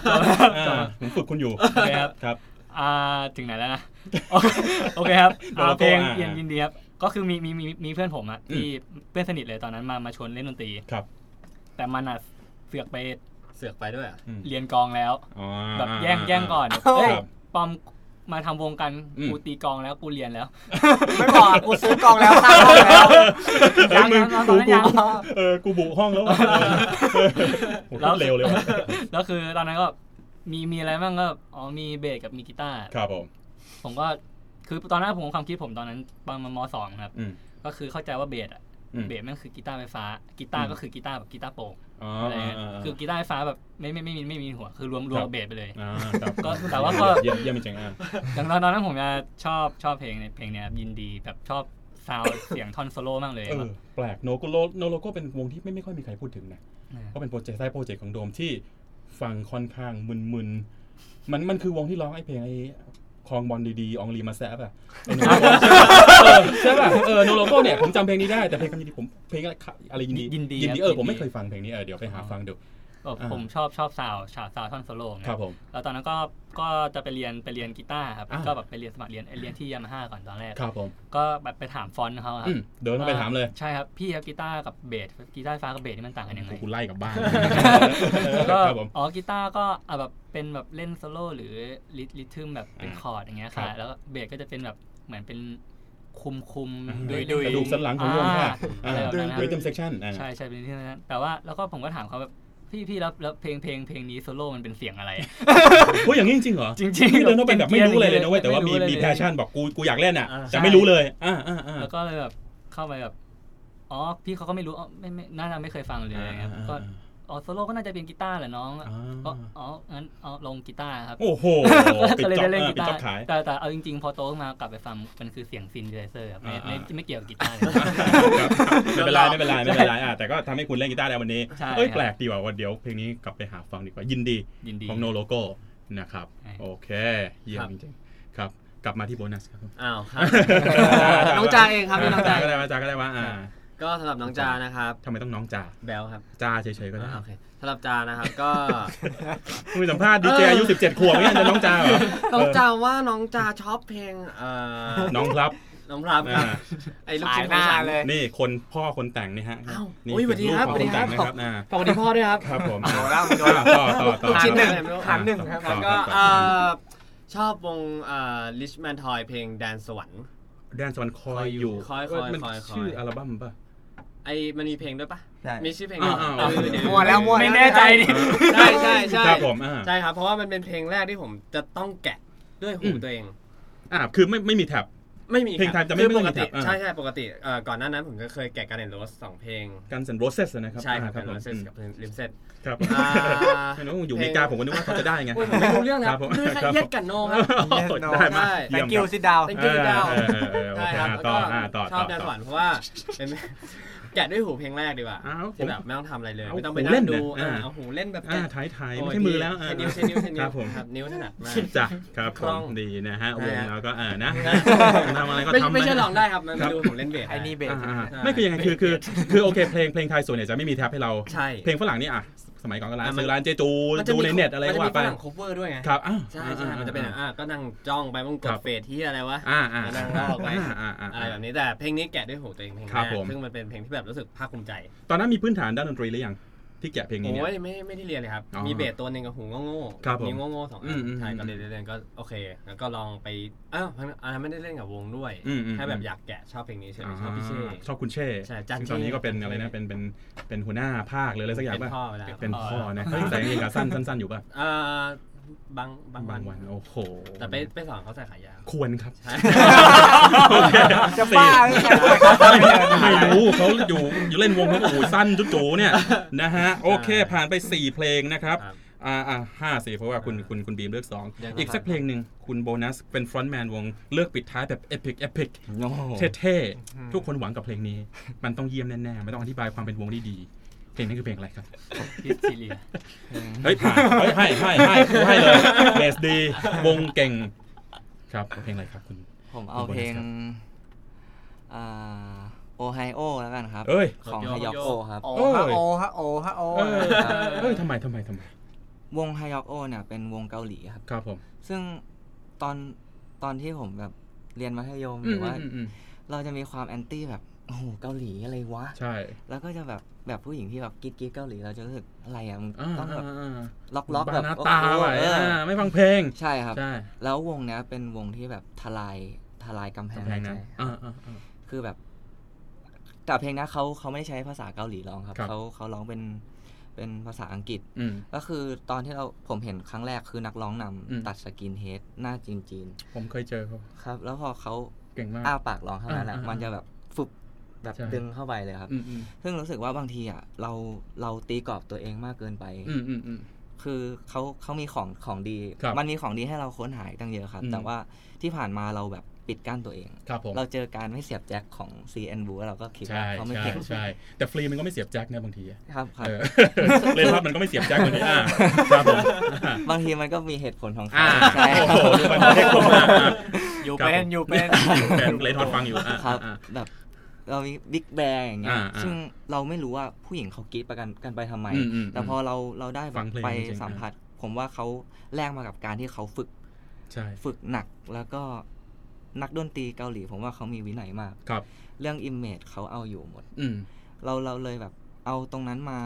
Speaker 2: อ่าผมฝึกคุณอยู่
Speaker 5: โอเคครับ
Speaker 2: ครับ
Speaker 5: อ่าถึงไหนแล้วนะ โอเคโอเคครับอ่า
Speaker 2: โดนแล้วก็
Speaker 5: เพลง
Speaker 2: อ่า
Speaker 5: เย็นยินดีครับก็คือมีมีมีมีเพื่อนผมอะ
Speaker 2: อืม
Speaker 5: ที่เพื่อนสนิทเลยตอนนั้นมามาชวนเล่นดนตรี
Speaker 2: ครับ
Speaker 5: แต่มันอะเสือกไป
Speaker 4: เสือกไปด้วยอ่ะ
Speaker 2: อืม
Speaker 5: เรียนกลองแล้ว
Speaker 2: อ๋อ
Speaker 5: แบบแย่งแย่งก่อน
Speaker 6: เอ้า
Speaker 5: เฮ้ย
Speaker 2: ครับ
Speaker 5: ปอมมาทำวงกัน
Speaker 2: อืม
Speaker 5: กูตีกลองแล้วกูเรียนแล้ว
Speaker 6: ไม่บอกกูซื้อกองแล้วสร้างกองแล้ว
Speaker 2: เฮ้ยมึง
Speaker 5: ยังยัง
Speaker 2: กูกู
Speaker 5: ยัง
Speaker 2: เออกูบุกห้องแล้วอะโหโคตรเร็วเลยว่ะ
Speaker 5: แล้วคือตอนนั้นก็มีมีอะไรบ้างก็อ๋อมีเบสกับมีกีตาร์
Speaker 2: ครับผม
Speaker 5: ผมก็คือตอนนั้นผมความคิดผมตอนนั้นประมาณมสองครับ
Speaker 2: อืม
Speaker 5: ก็คือเข้าใจว่าเบสอะ
Speaker 2: อืม
Speaker 5: เบสแม่งคือกีตาร์ไฟฟ้ากีตาร์ก็คือกีตาร์แบบกีตาร์โปร่ง
Speaker 2: อ๋อ
Speaker 5: อะไร
Speaker 2: อ่า
Speaker 5: เงี้ย
Speaker 2: าา
Speaker 5: คือกีตาร์ไฟฟ้าแบบไม่ไม่ไม่มีไม่มีหัว คือรวมรวม
Speaker 2: ครับ
Speaker 5: กับเบสไปเลย
Speaker 2: อ่าครับ
Speaker 5: ก็แต่ว่าก็
Speaker 2: เยี่ยมเยี่ยมจริงๆอ่ะ
Speaker 5: อย่างตอนตอนนั้นผมจะชอบชอบเพลงในเพลงเนี้ยครับยินดีแบบชอบซาวด์ เสียงท่อนโซโล่มากเลย
Speaker 2: เอ
Speaker 5: แบ
Speaker 2: อบ แปลกโนโกโลโนโลโก้เป็นวงที่ไม่ไม่ค่อยมีใครพูดถึงนะเพราะเป็นโปรเจกต์ใต้โปรเจกต์ของโดมที่ฟังค่อนข้างมึนๆมันมันคือวงที่ร้องไอ้เพลงไอ้คลองบอลดีๆอองลีมาแซบอ่ะไอ้โนโลโก้เออใช่ป่ะเออโนโลโก้เนี่ยผมจำเพลงนี้ได้แต่เพลงคำยินดีผมเพลงอะไรยินดี
Speaker 5: ยินดี
Speaker 2: ยินดี
Speaker 5: ครับ
Speaker 2: เออผมไม่เคยฟังเพลงนี้เออเดี๋ยวไปหาฟังดู
Speaker 5: แบบ
Speaker 2: อ่า
Speaker 5: ผมชอบชอบซาวด์ชาวซาวด์ท่อนโซโล่เนี่ย
Speaker 2: ครับผม
Speaker 5: แล้วตอนนั้นก็ก็จะไปเรียนไปเรียนกีตาร์ครับ
Speaker 2: อ่า
Speaker 5: ก็แบบไปเรียนสมัครเรียนเรียนที่ยามาฮ่าก่อนตอนแรก
Speaker 2: ครับผม
Speaker 5: ก็แบบไปถามฟอนต์เขาครั
Speaker 2: อื
Speaker 5: บ
Speaker 2: มเดินเข้าไปถามเลย
Speaker 5: ใช่ครับ พี่ครับกีตาร์กับเบสกีตาร์ไฟฟ้ากับเบสนี่มันต่างกันยังไง
Speaker 2: กูไล่กลับบ้าน
Speaker 5: แล้วก็
Speaker 2: ครับผม
Speaker 5: อ๋อกีตาร์ก็อ่ะแบบเป็นแบบเล่นโซโล่หรือลิลิทึมแบบเป็น
Speaker 2: อ่า
Speaker 5: คอร์ดอย่างเงี้ย
Speaker 2: ครั
Speaker 5: ค่ะ
Speaker 2: บ
Speaker 5: แล้วก็เบสก็จะเป็นแบบเหมือนเป็นคุมคุม
Speaker 2: ดุย
Speaker 5: เล่น
Speaker 2: ดุย
Speaker 5: กระ
Speaker 2: ดูกสันหลังของวงค่ะ
Speaker 5: อ่าอะไรแบบนั้นนะค
Speaker 2: ริ
Speaker 5: รั
Speaker 2: ทึ
Speaker 5: บ
Speaker 2: มเซ็กชันอ่า
Speaker 5: ใช่ใช่เป็นที่นั้นแต่ว่าแล้วก็ผมก็ถามเขาแบบพี่พี่แล้วแล้วเพลงเพลงเพลงนี้โซโล่มันเป็นเสียงอะไร
Speaker 2: พูดอย่างนี้จริงๆเหรอ
Speaker 5: จริงๆ
Speaker 2: นี่เดินเข้าไปแบบไม่รู้อะไรเลยนะเว้ย
Speaker 5: ไม่
Speaker 2: แต่ว่า
Speaker 5: รู้
Speaker 2: มี
Speaker 5: อะไร
Speaker 2: มี
Speaker 5: เลย
Speaker 2: แพชชั่นบอกกูกูอยากเล่นอ่ะ
Speaker 4: อ่า
Speaker 2: แต่ไม่รู้เลย อ่าอ่าอ่า
Speaker 5: แล้วก็เลยแบบเข้าไปแบบ อ๋อ พี่เขาก็ไม่รู้อ๋อไม่ไม่น่าจะไม่เคยฟังเลยอะไรเงี้ยก็อ๋อโซโล่ก็น่าจะเป็นกีตาร์แหละน้อง
Speaker 2: อ่า
Speaker 5: ก็อ๋องั้นเอาลงกีตาร์ครับ
Speaker 2: โอ้โหปิด
Speaker 5: ก็
Speaker 2: จ็อบ
Speaker 5: เลยได้เล่น
Speaker 2: อ่า
Speaker 5: กี
Speaker 2: ปิด
Speaker 5: ตา
Speaker 2: จ็
Speaker 5: ร์
Speaker 2: อบขาย
Speaker 5: แต่แต่เอาจริงๆ พอโตขึ้นมากลับไปฟังมันคือเสียงซินเดเซอร์ครับไม่
Speaker 2: อ่า
Speaker 5: ไม่ไม่เกี่ยวกับกีตาร์เลย
Speaker 2: ครับไม่เป็นไรไม่เป็นไรไม่เป็นไรอ่ะแต่ก็ทำให้คุณเล่นกีตาร์ได้วันนี้
Speaker 5: ใช่
Speaker 2: เอ้ย
Speaker 5: ครับ
Speaker 2: แปลกดีว่ะวันเดี๋ยวเพลงนี้กลับไปหาฟังดีกว่า ยินดี
Speaker 5: ยินดี
Speaker 2: ของโนโลโก้นะครับ
Speaker 5: ใช่
Speaker 2: โอเค เยี่ยม
Speaker 4: ครับ
Speaker 2: จริงๆครับ กลับมาที่โบนัสครับ
Speaker 4: อ้าวครับ
Speaker 2: า
Speaker 4: น้องจาเองครับน้องจา
Speaker 2: ก็ได้ว่าจาก็ได้ว่าอ่า
Speaker 4: ก็สำหรับน้องจานะครับ
Speaker 2: ทำไมต้องน้องจา
Speaker 4: แบลครับ
Speaker 2: จาเฉยๆก็ได้
Speaker 4: อ่าโอเคสำหรับจานะครับก็
Speaker 2: คุณไปสัมภาษณ์ดีเจอายุ17ขวบเนี่ยจะน้องจาเหรอ
Speaker 4: น้องจาว่าน้องจาชอบเพลงเอ่อ
Speaker 2: น้องครับ
Speaker 4: น้องพรับครับ
Speaker 2: อ่า
Speaker 4: ไอ้ลูกชิ้นขอย งฉั
Speaker 6: สาหน้าน เลย
Speaker 2: นี่คนพ่อคนแต่งนี่ฮะ
Speaker 4: อ้าว
Speaker 2: นี่
Speaker 4: อุ๊ย
Speaker 2: คือลูก
Speaker 4: สวัสดีครับ
Speaker 2: พ่อคนแต่ง
Speaker 4: ส
Speaker 2: นะ
Speaker 4: วัสดีค
Speaker 2: ค
Speaker 4: รั
Speaker 2: รับ บอ่า
Speaker 4: ฝากดีพ่อด้วยครับ
Speaker 2: ครับผม
Speaker 6: โดนแล้วโดน
Speaker 2: อ่าต่อต่อต่อ
Speaker 4: ลูกชิ้นหนึ่ง
Speaker 6: ฐานหนึ่งครับ
Speaker 2: ต่
Speaker 4: แล้
Speaker 2: อ
Speaker 4: ว
Speaker 2: ต่
Speaker 4: ก็
Speaker 2: อ
Speaker 4: เอ่อชอบวงเอ่อ Richman Toy เพลงแดนสวรรค์
Speaker 2: แดนสวรรค์คอยอยู่
Speaker 4: คอยคอย
Speaker 2: เมัน
Speaker 4: คอยคอย
Speaker 2: ชื่ออัลบั้มป่ะ
Speaker 4: ไอ้มันมีเพลงด้วยปะ
Speaker 3: ได้
Speaker 4: มีชื่อเพลงด้วย
Speaker 2: อ่า
Speaker 4: เอ
Speaker 2: อ่า
Speaker 4: อเดี๋ย
Speaker 6: มั่วแล้วมั่ว
Speaker 5: ไม่
Speaker 6: แล้ว
Speaker 5: แน่ใจดิ
Speaker 4: ใช่ใช่ใช่
Speaker 2: ครับผมอ่า
Speaker 4: ใช่ครับ เพราะว่ามันเป็นเพลงแรกที่ผมจะต้องแกะด้วยหู
Speaker 2: อืม
Speaker 4: ตัวเอง
Speaker 2: อ่าคือไม่ไม่มีแท็บ
Speaker 4: ไม่มี
Speaker 2: เพลงไทยจะไม่
Speaker 4: คือ
Speaker 2: ไม่
Speaker 4: ป
Speaker 2: มี
Speaker 4: ก
Speaker 2: แถ
Speaker 4: ติ
Speaker 2: บอ่า
Speaker 4: ใช่ใช่ปกติเอ่อก่อนหน้านั้นผมก็เคยแกะกันเดนโรสสองเพลง
Speaker 2: กันสันโรเซสนะครับ
Speaker 4: ใช่ครับ
Speaker 2: อ่าครั
Speaker 4: กับน
Speaker 2: ผ
Speaker 4: โร
Speaker 2: ม
Speaker 4: สกับลิมเซต
Speaker 2: ครับผม
Speaker 4: อ่า
Speaker 2: ไอ้น้องอยู่อเมริกาผมก็นึกว่าเขาจะได้ไง
Speaker 4: โอ้ยผมไม่รู้เรื่องนะ
Speaker 2: คบผม
Speaker 4: ด้วย
Speaker 2: ครับ
Speaker 4: เย็ดกันโนครับ
Speaker 6: Yes, no
Speaker 2: ได้มา
Speaker 4: ใช่
Speaker 2: เยี่ยมค
Speaker 6: Thank you
Speaker 2: รับ
Speaker 6: sit down
Speaker 4: เป็นเกมดาว
Speaker 2: เออเออเออโอ
Speaker 4: ใช่
Speaker 2: เค
Speaker 4: ครับ
Speaker 2: อ่า
Speaker 4: แล้
Speaker 2: ต่
Speaker 4: วก็
Speaker 2: ออ่าต่อ
Speaker 4: ชอบ
Speaker 2: ต่อ
Speaker 4: แดนส
Speaker 2: ต่อ
Speaker 4: วรรค์เพราะว่าเป็น แกะด้วยหูเพลงแรกดีกว่า
Speaker 2: อ้าว
Speaker 4: ที่แบบไม่ต้องทำอะไรเลย
Speaker 2: เอา
Speaker 4: ไม่ต้องไป
Speaker 2: หูเล่
Speaker 4: นั่
Speaker 2: น
Speaker 4: งดู
Speaker 2: เนี่ยอ่า
Speaker 4: เออเอาหูเล่นแบบ
Speaker 2: อ่า
Speaker 4: แกะ
Speaker 2: ถ่ายถ่าย
Speaker 4: โ
Speaker 2: ไม่ใช่มือแล้วอ่า
Speaker 4: ใช้นิ้วใช้นิ้วใช้
Speaker 2: คว
Speaker 4: นิ้
Speaker 2: รับผม
Speaker 4: ครับนิ้วถนัดมาก
Speaker 2: จ้ะครับผ
Speaker 4: คล่
Speaker 2: ม
Speaker 4: อง
Speaker 2: ดีนะฮะว
Speaker 4: ใช่
Speaker 2: ง
Speaker 4: ฮะ
Speaker 2: เราก็อ่านะทำอะไรก็
Speaker 4: ไม่
Speaker 2: ทำป
Speaker 4: ไม่ใช่ลองได้ครับมัน
Speaker 2: ครับ
Speaker 4: ดูผมเล่นเบส
Speaker 6: ไอ้นี่เบส
Speaker 2: อ่าๆไม่คือยังไงคือคือคือโอเคเพลงเพลงไทยส่วนใหญ่จะไม่มีแท็บให้เรา
Speaker 4: ใช่
Speaker 2: เพลงฝรั่งนี่อ่ะ สมัยก่อนก็ร้าน
Speaker 4: อ่ะมัน
Speaker 2: ซื้อร้านเจจูดูในเน็ตอะไรก็ว่าไป
Speaker 4: มันจะมีฝรั่ง cover ด้วยไง
Speaker 2: ครับอ้าว
Speaker 4: ใช่ใช่มันจะเป็นอ่ะอ่ะก็นั่งจ้องไปมันก
Speaker 2: ครั
Speaker 4: ด
Speaker 2: บ
Speaker 4: เฟสที่อะไรวะ
Speaker 2: อ่าอ่า
Speaker 4: แล้วนั่งลอกไป
Speaker 2: อ่าอ่า
Speaker 4: อะไร
Speaker 2: อ่า
Speaker 4: แบบนี้แต่เพลงนี้แกะด้วยหูตัวเองเพลง
Speaker 2: ครับ
Speaker 4: แรก
Speaker 2: ผม
Speaker 4: ซึ่งมันเป็นเพลงที่แบบรู้สึกภาคภูมิใจ
Speaker 2: ตอนนั้นมีพื้นฐานด้านดนตรีหรือยังที่แกะเพลงนี้เนี่
Speaker 4: โอ้ย
Speaker 2: ย
Speaker 4: ไม่ไม่ได้เรียนเลยครับ
Speaker 2: อ๋อ
Speaker 4: มีเบสตัวหนึ่งกับหูโง่
Speaker 2: ครับผม
Speaker 4: นิ้วโง่ๆสองอั
Speaker 2: อืมอืม
Speaker 4: นใช่
Speaker 2: อืม
Speaker 4: ก็เรียนเรียนๆก็โอเค แล้วก็ลองไปอ้าวอันนั้นไม่ได้เล่นกับวงด้วย
Speaker 2: อืมอืม
Speaker 4: แค่แบบอยากแกะชอบเพลงนี้เฉย
Speaker 2: อ่า
Speaker 4: ๆชอบพี่เช่
Speaker 2: ชอบคุณเช่
Speaker 4: ใช่จัน
Speaker 2: ซึ่งตอนนี้ก็เป็น
Speaker 4: เช่
Speaker 2: อะไรนะเป็นเป็นเป็นหัวหน้าภาคเลยอะไรสักอย่าง
Speaker 4: เป็น
Speaker 2: ป่ะ
Speaker 4: พ่อไปแล้ว
Speaker 2: เป็นพ่อนะเฮ้ยแต่ยังขาสั้นสั้นๆอยู่ป่ะ
Speaker 4: เอ่อบางบาง
Speaker 2: บา
Speaker 4: วั
Speaker 2: งวัน นโอ้โห
Speaker 4: แต่ไปไปสอนเขาใส่ขายาว
Speaker 2: ควรครับ
Speaker 4: ใช่
Speaker 6: จะบ้าหรือเปล่า
Speaker 2: ไม่รู้เขาอยู่อยู่เล่นวงเขาโอ้โหสั้นจุ๊ๆเนี่ยนะฮะโอเค ผ่านไป 4 เพลงนะครับ
Speaker 4: ครับ
Speaker 2: อ่าอ่าห้าสี่เพราะว่าคุณคุณคุณบีมเลือกสอง
Speaker 4: ยังไง
Speaker 2: อีกสักเพลงหนึ่งคุณโบนัสเป็นฟรอนต์แมนวงเลือกปิดท้ายแบบเอพิกเอพิก
Speaker 3: โอ้โห
Speaker 2: เท่ๆ ทุกคนหวังกับเพลงนี้ มันต้องเยี่ยมแน่ๆไม่ต้องอธิบายความเป็นวงได้ดี เพลงนี้คือเพลงอะไรครับ
Speaker 5: พิซซิเลีย
Speaker 2: เฮ้ยผ่านเฮ้ยให้ให้ให้กูให้เลยเบสดี วงเก่ง ครับเพลงอะไรครับคุณ
Speaker 3: ผมเอาเพลง
Speaker 2: ครับ
Speaker 3: โอไฮโอแล้วกันครับ
Speaker 2: เอ้ย
Speaker 3: ของฮายอกโอครับ
Speaker 6: โอ้ฮะโอฮะโอฮะโอ
Speaker 2: เออเอ้ยทำไมทำไมทำไม
Speaker 3: วงฮายอกโอเนี่ยเป็นวงเกาหลีครับ
Speaker 2: ครับผม
Speaker 3: ซึ่งตอนตอนที่ผมแบบเรียนมัธยมหรือว่า
Speaker 2: อืมอืมอืม
Speaker 3: เราจะมีความแอนตี้แบบโอ้โหเกาหลีอะไรวะ
Speaker 2: ใช่
Speaker 3: แล้วก็จะแบบแบบผู้หญิงที่แบบกิ๊ดกิ๊ดเกาหลีเราจะรู้สึกอะไรอ่ะมึง
Speaker 2: อ่า
Speaker 3: ต้องแบบ
Speaker 2: อ่า
Speaker 3: ล็อกล็อก
Speaker 2: บา
Speaker 3: แบบ
Speaker 2: นา
Speaker 3: โอ้
Speaker 2: ตา
Speaker 3: โห
Speaker 2: ว่ะ
Speaker 3: เออ
Speaker 2: อ่าไม่ฟังเพลง
Speaker 3: ใช่ครับ
Speaker 2: ใช่
Speaker 3: แล้ววงเนี้ยเป็นวงที่แบบทลายทลายกำแพง
Speaker 2: กำแพงนั้น
Speaker 3: ใช่ครับ
Speaker 2: อ่าอ่าอ่า
Speaker 3: คือแบบแต่เพลงนะเขาเขาไม่ได้ใช้ภาษาเกาหลีร้องครับ
Speaker 2: ครับ
Speaker 3: เขาเขาร้องเป็นเป็นภาษาอังกฤษ
Speaker 2: อืม
Speaker 3: ก็คือตอนที่เราผมเห็นครั้งแรกคือนักร้องนำ
Speaker 2: อืม
Speaker 3: ตัดสกินเฮดหน้าจีนจีน
Speaker 2: ผมเคยเจอเขา
Speaker 3: ๆครับ แล้วพอเขา
Speaker 2: เก่งมาก
Speaker 3: อ้าปากร้องเท่านั้นแหละ
Speaker 2: อ่าอ่า
Speaker 3: มันจะแบบฟึบแบบ
Speaker 2: ใช่
Speaker 3: ดึงเข้าไปเลยครับ
Speaker 2: อืมอืม
Speaker 3: ซึ่งรู้สึกว่าบางทีอ่ะเราเราตีกรอบตัวเองมากเกินไป
Speaker 2: อืมอืมอืม
Speaker 3: คือเขาเขามีของของดี
Speaker 2: ครับ
Speaker 3: มันมีของดีให้เราค้นหาอีกตั้งเยอะครับ
Speaker 2: อืม
Speaker 3: แต่ว่าที่ผ่านมาเราแบบปิดกั้นตัวเอง
Speaker 2: ครับผม
Speaker 3: เราเจอการไม่เสียบแจ็คของ c n b o o เราก็คิดว่า
Speaker 2: ใช่
Speaker 3: เขาไม่
Speaker 2: ใช่
Speaker 3: เก่ง
Speaker 2: ใช่แต่ฟรีมันก็ไม่เสียบแจ็คนะบางทีอะ
Speaker 3: ครับครับ
Speaker 2: เอ อเล่นภาพมันก็ไม่เสียบแจ็ควันนี้อ่าครับผมอ่า
Speaker 3: บางทีมันก็มีเหตุผลของเขา
Speaker 2: อ่า
Speaker 3: ใช่
Speaker 2: โอ้โหมันเด็กลงมาอ่า
Speaker 6: อยู่
Speaker 2: ครับ
Speaker 6: เป็
Speaker 2: ผ
Speaker 6: น
Speaker 2: ม
Speaker 6: อยู่เป็น
Speaker 2: แต่เลนทอนฟังอยู่อ่า
Speaker 3: ครับ
Speaker 2: อ่า
Speaker 3: แบบเรามีบิ๊กแบงอย่างเงี้ย
Speaker 2: อ่าอ่า
Speaker 3: ซึ่งเราไม่รู้ว่าผู้หญิงเขากรีดประกันกันไปทำไม
Speaker 2: อืมอืม
Speaker 3: แต่พอเราเราได้แบ
Speaker 2: ฟั
Speaker 3: บ
Speaker 2: งเพลง
Speaker 3: ไป
Speaker 2: จริงๆ
Speaker 3: สัมผัส ผมว่าเขาแลกมากับการที่เขาฝึก
Speaker 2: ใช่
Speaker 3: ฝึกหนักแล้วก็นักดนตรีเกาหลี ผมว่าเขามีวินัยมาก
Speaker 2: ครับ
Speaker 3: เรื่องอิมเมจเขาเอาอยู่หมด
Speaker 2: อืม
Speaker 3: เราเราเลยแบบเอาตรงนั้นมา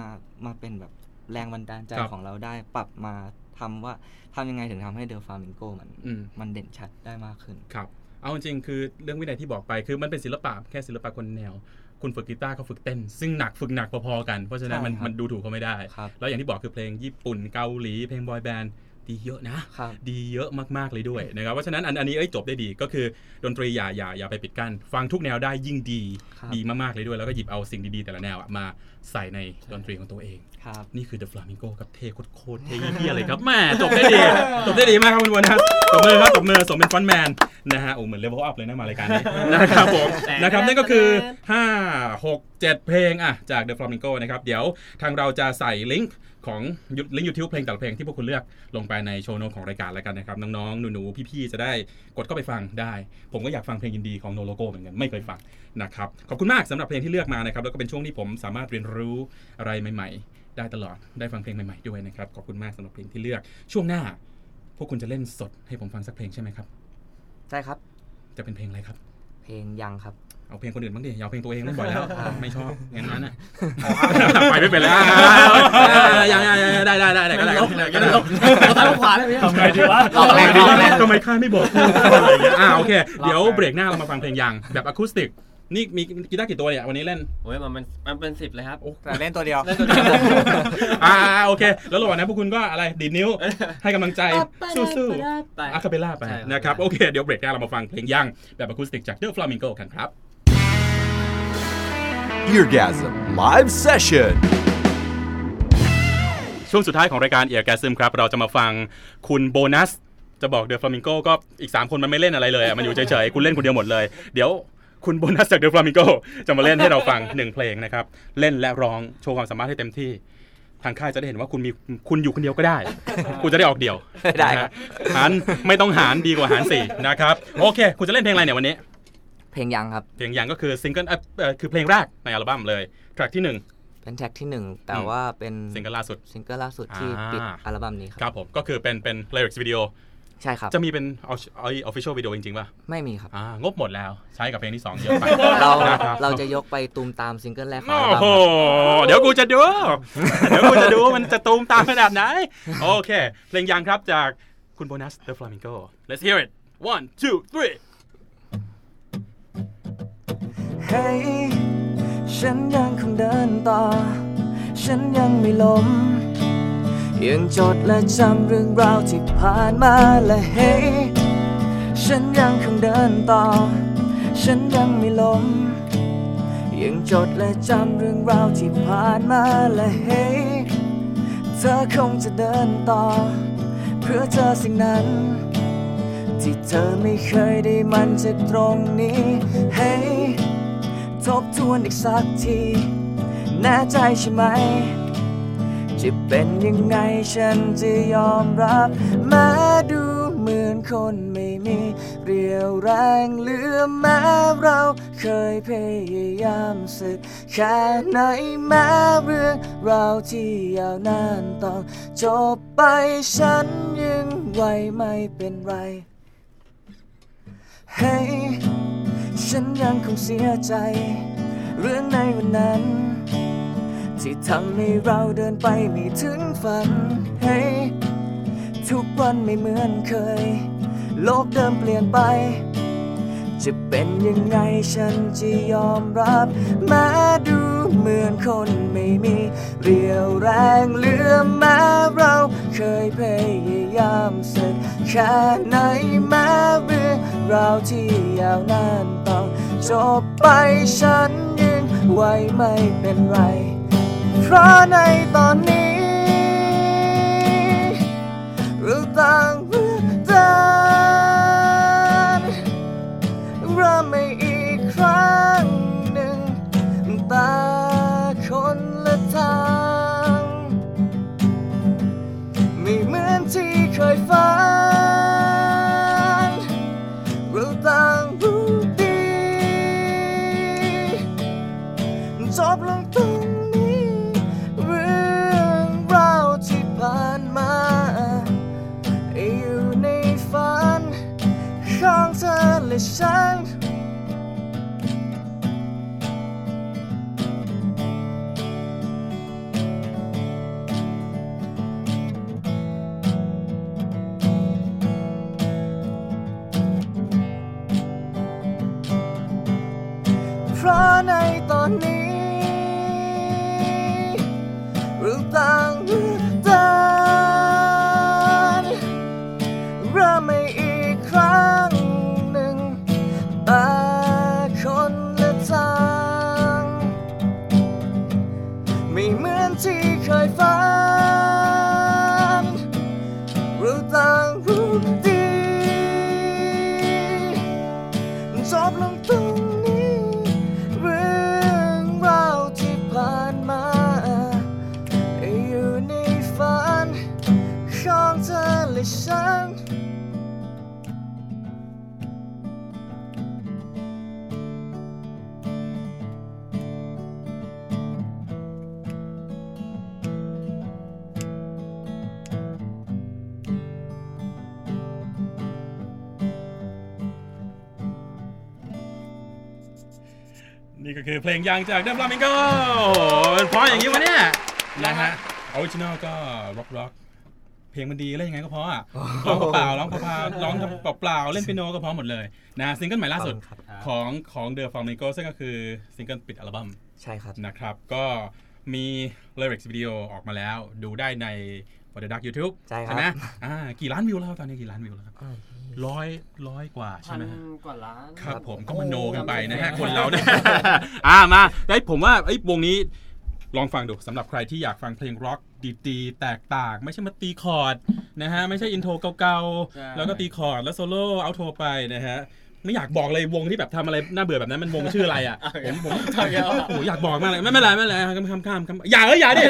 Speaker 3: มาเป็นแบบแรงบันดาลใจ
Speaker 2: ครับ
Speaker 3: ของเราได้ปรับมาทำว่าทำยังไงถึงทำให้เดอฟามิงโกมัน
Speaker 2: อืม
Speaker 3: มันเด่นชัดได้มากขึ้น
Speaker 2: ครับ เอาจริงๆคือเรื่องวินัยที่บอกไปคือมันเป็นศิลปะแค่ศิลปะคนแนว คุณฝึกกีตาร์เขาฝึกเต้น ซึ่งหนักฝึกหนักพอๆกัน เพราะฉะนั้นมัน
Speaker 3: ใช่ครับ
Speaker 2: มันดูถูกเขาไม่ได้
Speaker 3: ครับ
Speaker 2: แล้วอย่างที่บอกคือเพลงญี่ปุ่นเกาหลีเพลงบอยแบนด์ดีเยอะนะ
Speaker 3: ครับ
Speaker 2: ดีเยอะมาก ๆ เลยด้วยนะครับ เพราะฉะนั้นอันอันนี้เอ้ยจบได้ดีก็คือดนตรีอย่าอย่าอย่าไปปิดกั้นฟังทุกแนวได้ยิ่งดี
Speaker 3: ครับ
Speaker 2: ดีมาก ๆ เลยด้วย แล้วก็หยิบเอาสิ่งดี ๆ แต่ละแนวอะมาใส่ในดนตรีของตัวเอง
Speaker 3: ครับ
Speaker 2: นี่คือ The Flamingo ครับเทโคตรๆเทเยี่ย เลยครับแหม่จบได้ดี จบได้ดีมากครับคุณวันนะตบมือครับตบมือสมเป็นฟอนต์แมนนะฮะโอ้เหมือนเลเวลอัพเลยนะมารายการนี้ นะครับผมนะครับนั่นก็คือ 5 6 7 เพลงอ่ะจาก The Flamingo นะครับ เดี๋ยวทางเราจะใส่ลิงก์ของลิงก์ยูทูบเพลงแต่ละเพลงที่พวกคุณเลือกลงไปในโชว์โน้ตของรายการแล้วกันนะครับ น้องๆ หนูๆ พี่ๆ จะได้กดเข้าไปฟังได้ ผมก็อยากฟังเพลงยินดีของโนโลโกเหมือนกันไม่เคยฟังนะครับขอบคุณมากสำหรับเพลงที่เลือกมานะครับแล้วก็เป็นช่วงที่ผมสามารถเรียนรู้อะไรใหม่ ๆ ได้ตลอด ได้ฟังเพลงใหม่ๆด้วยนะครับ ขอบคุณมากสำหรับเพลงที่เลือก ช่วงหน้า พวกคุณจะเล่นสดให้ผมฟังสักเพลงใช่ไหมครับ
Speaker 3: ใช่ครับ
Speaker 2: จะเป็นเพลงอะไรครับ
Speaker 3: เพลงยังครับ
Speaker 2: เอาเพลงคนอื่นบ้างดิอย่าเอาเพลงตัวเองเล่นบ่อยแล้ว ไม่ชอบงั้นนั้นอ่ะ ไปไม่เป็นแล้วยังๆๆได้ได้ได้ได้ก็ได้ก็ได้
Speaker 4: เขาทำขวาเลยพี่
Speaker 5: ทำไงดีวะ
Speaker 6: หลอกแรงดีแรง
Speaker 2: ทำไมข้าไม่บอกอะไรอย่างเงี้ยอ่าโอเค เดี๋ยวเบรกหน้าเรามาฟังเพลงยังแบบอะคูสติก นี่มีกีตาร์กี่ตัวเนี่ยวันนี้เล่น
Speaker 4: โอ้ยมันมันมันเป็นสิบเลยครับ
Speaker 6: แต่เล่นตัวเดียว
Speaker 4: เล่นตัวเดียว
Speaker 2: อ่าโอเค แล้วระหว่างนั้นพวกคุณก็อะไรดีดนิ้วให้กำลังใจสู้ๆ
Speaker 4: ไป
Speaker 2: อะคาเปลล่าไป
Speaker 4: ใช่ครับ
Speaker 2: นะครับ โอเค เดี๋ยวเบรกหน้าเรามาฟังเพลงย่างแบบอะคูสติกจากเดอะฟลามิงโกกันครับ
Speaker 1: Eargasm Live Session.
Speaker 2: ช่วงสุดท้ายของรายการเอียร์แกซึมครับ เราจะมาฟังคุณโบนัส จะบอกเดอะฟลามิงโกก็อีก 3 คนมันไม่เล่นอะไรเลยอะมันอยู่เฉยๆ คุณเล่นคนเดียวหมดเลย เดี๋ยวคุณโบนัสจากเดอะฟลามิงโกจะมาเล่นให้เราฟัง หนึ่งเพลงนะครับ เล่นและร้องโชว์ความสามารถให้เต็มที่ ทางค่ายจะได้เห็นว่าคุณมีคุณอยู่คนเดียวก็ได้ คุณจะได้ออกเดี่ยว
Speaker 3: ได้
Speaker 2: นะ
Speaker 3: ครั
Speaker 2: ฮะ
Speaker 3: บ
Speaker 2: หารไม่ต้องหารดีกว่าหารสี่ นะครับโอเค คุณจะเล่นเพลงอะไรเนี่ยวันนี้
Speaker 3: เพลงยังครับ
Speaker 2: เพลงยังก็คือซิงเกิลเอ่อเอ่อคือเพลงแรกในอัลบั้มเลยแทร็กที่หนึ่ง
Speaker 3: เป็นแท็กที่หนึ่งแต่
Speaker 2: อืม
Speaker 3: ว่าเป็น
Speaker 2: ซิงเกิลล่าสุด
Speaker 3: ซิงเกิลล่าสุดที่
Speaker 2: อ่า
Speaker 3: ปิดอัลบั้มนี้ค
Speaker 2: ครั
Speaker 3: รั
Speaker 2: บบ ผม ก็คือเป็นเป็นเลิกวิดีโอ
Speaker 3: ใช่ครับ
Speaker 2: จะมีเป็นเอาเอาออฟฟิเชียลวิดีโอจริงๆป่ะ
Speaker 3: ไม่มีครับ
Speaker 2: อ่างบหมดแล้วใช้กับเพลงที่ 2 เยอะไป
Speaker 3: เรา
Speaker 2: นะคบ
Speaker 3: เราจะยกไปตูมตามซิงเกิลแรกของอัล
Speaker 2: โอ้
Speaker 3: บั้ม
Speaker 2: โห เดี๋ยวกูจะดู เดี๋ยวกูจะดูว่ามันจะตูมตามขนาดไหน โอเค เพลงยังครับจากคุณโบนัส The Flamingo Let's hear it one two three
Speaker 3: เฮ้ยฉันยังคงเดินต่อ ฉันยังไม่ล้ม ยังจดและจำเรื่องราวที่ผ่านมาและเฮ้ยฉันยังคงเดินต่อ ฉันยังไม่ล้ม ยังจดและจำเรื่องราวที่ผ่านมาและเฮ้ยเธอคงจะเดินต่อ เพื่อเจอสิ่งนั้น ที่เธอไม่เคยได้มันจะตรงนี้เฮ้ยทบทวนอีกสักทีแน่ใจใช่ไหม จะเป็นยังไงฉันจะยอมรับแม้ดูเหมือนคนไม่มีเรี่ยวแรงเหลือแม้เราเคยพยายามสึกแค่ไหนแม้เรื่องราวที่ยาวนานต้องจบไปฉันยังไหวไม่เป็นไร เฮ้ยฉันยังคงเสียใจ เรื่องในวันนั้น ที่ทำให้เราเดินไปไม่ถึงฝัน เฮ้ยทุกวันไม่เหมือนเคย โลกเดิมเปลี่ยนไป จะเป็นยังไงฉันจะยอมรับ แม้ดูเหมือนคนไม่มีเรี่ยวแรงเหลือแม้เราเคยพยายามสักแค่ไหนแม้เรื่องราวที่ยาวนานต้องจบไปฉันยังไหวไม่เป็นไร เพราะในตอนนี้ เราต่างเพื่อเดิน เริ่มใหม่อีกครั้งหนึ่งแต่คนละทาง ไม่เหมือนที่เคยฝันเราต่างรู้ดีจบลงตรงนี้ เรื่องราวที่ผ่านมาอยู่ในฝัน ของเธอและฉัน เพราะในตอนนี้เราต่างเลือกเดิน เริ่มใหม่อีกครั้งหนึ่งแต่คนละทาง ไม่เหมือนที่เคยฝันรู้ต่างรู้ดีจบลงตรงนี้ เรื่องราวที่ผ่านมาอยู่ในฝัน ของเธอและฉัน
Speaker 2: นี่ก็คือเพลงยังจาก The Flamingo เป็นเพราะอย่างนี้วะเนี่ยนะฮะออริจินอลก็ร็อกร็อกเพลงมันดีเล่นยังไงก็เพราะอ่ะร้องเปล่าๆร้องเปล่าๆร้องเปล่าๆเล่นเปียโนก็เพราะหมดเลยนะซิงเกิลใหม่ล่าสุด
Speaker 3: ครับ
Speaker 2: ของของ The Flamingo ซึ่งก็คือซิงเกิลปิดอัลบั้ม
Speaker 3: ใช่ครับ
Speaker 2: นะครับ ก็มี lyrics วิดีโอออกมาแล้ว ดูได้ใน w a t e r Duck YouTube
Speaker 3: ใช่ครับ
Speaker 2: ไหมอ่ากี่ล้านวิวแล้วครับตอนนี้กี่ล้านวิวแล้วครับร้อยร้อยกว่าใช่
Speaker 5: พัน
Speaker 2: ไหมฮะ
Speaker 5: กว่าล้าน
Speaker 2: ครับผมก็มโนกันไปนะฮะ คนเราเนี่ย อ่ามาได้ผมว่าไอ้ยวงนี้ลองฟังดูสำหรับใครที่อยากฟังเพลงร็อกดีๆ แตกต่าง ไม่ใช่มาตีคอร์ดนะฮะ ไม่ใช่อินโทรเก่า
Speaker 4: ใช่
Speaker 2: ๆ แล้วก็ตีคอร์ดแล้วโซโล่เอาโทรไปนะฮะ ไม่อยากบอกเลยวงที่แบบทำอะไรน่าเบื่อแบบนั้นมันวงชื่ออะไรอ่ะผมผมโอ้ยอยากบอกมากเลยไม่ไม่เป็นไรไม่เป็นไรข้ามข้ามข้ามข้ามอย่าเอ้ยอย่าดิ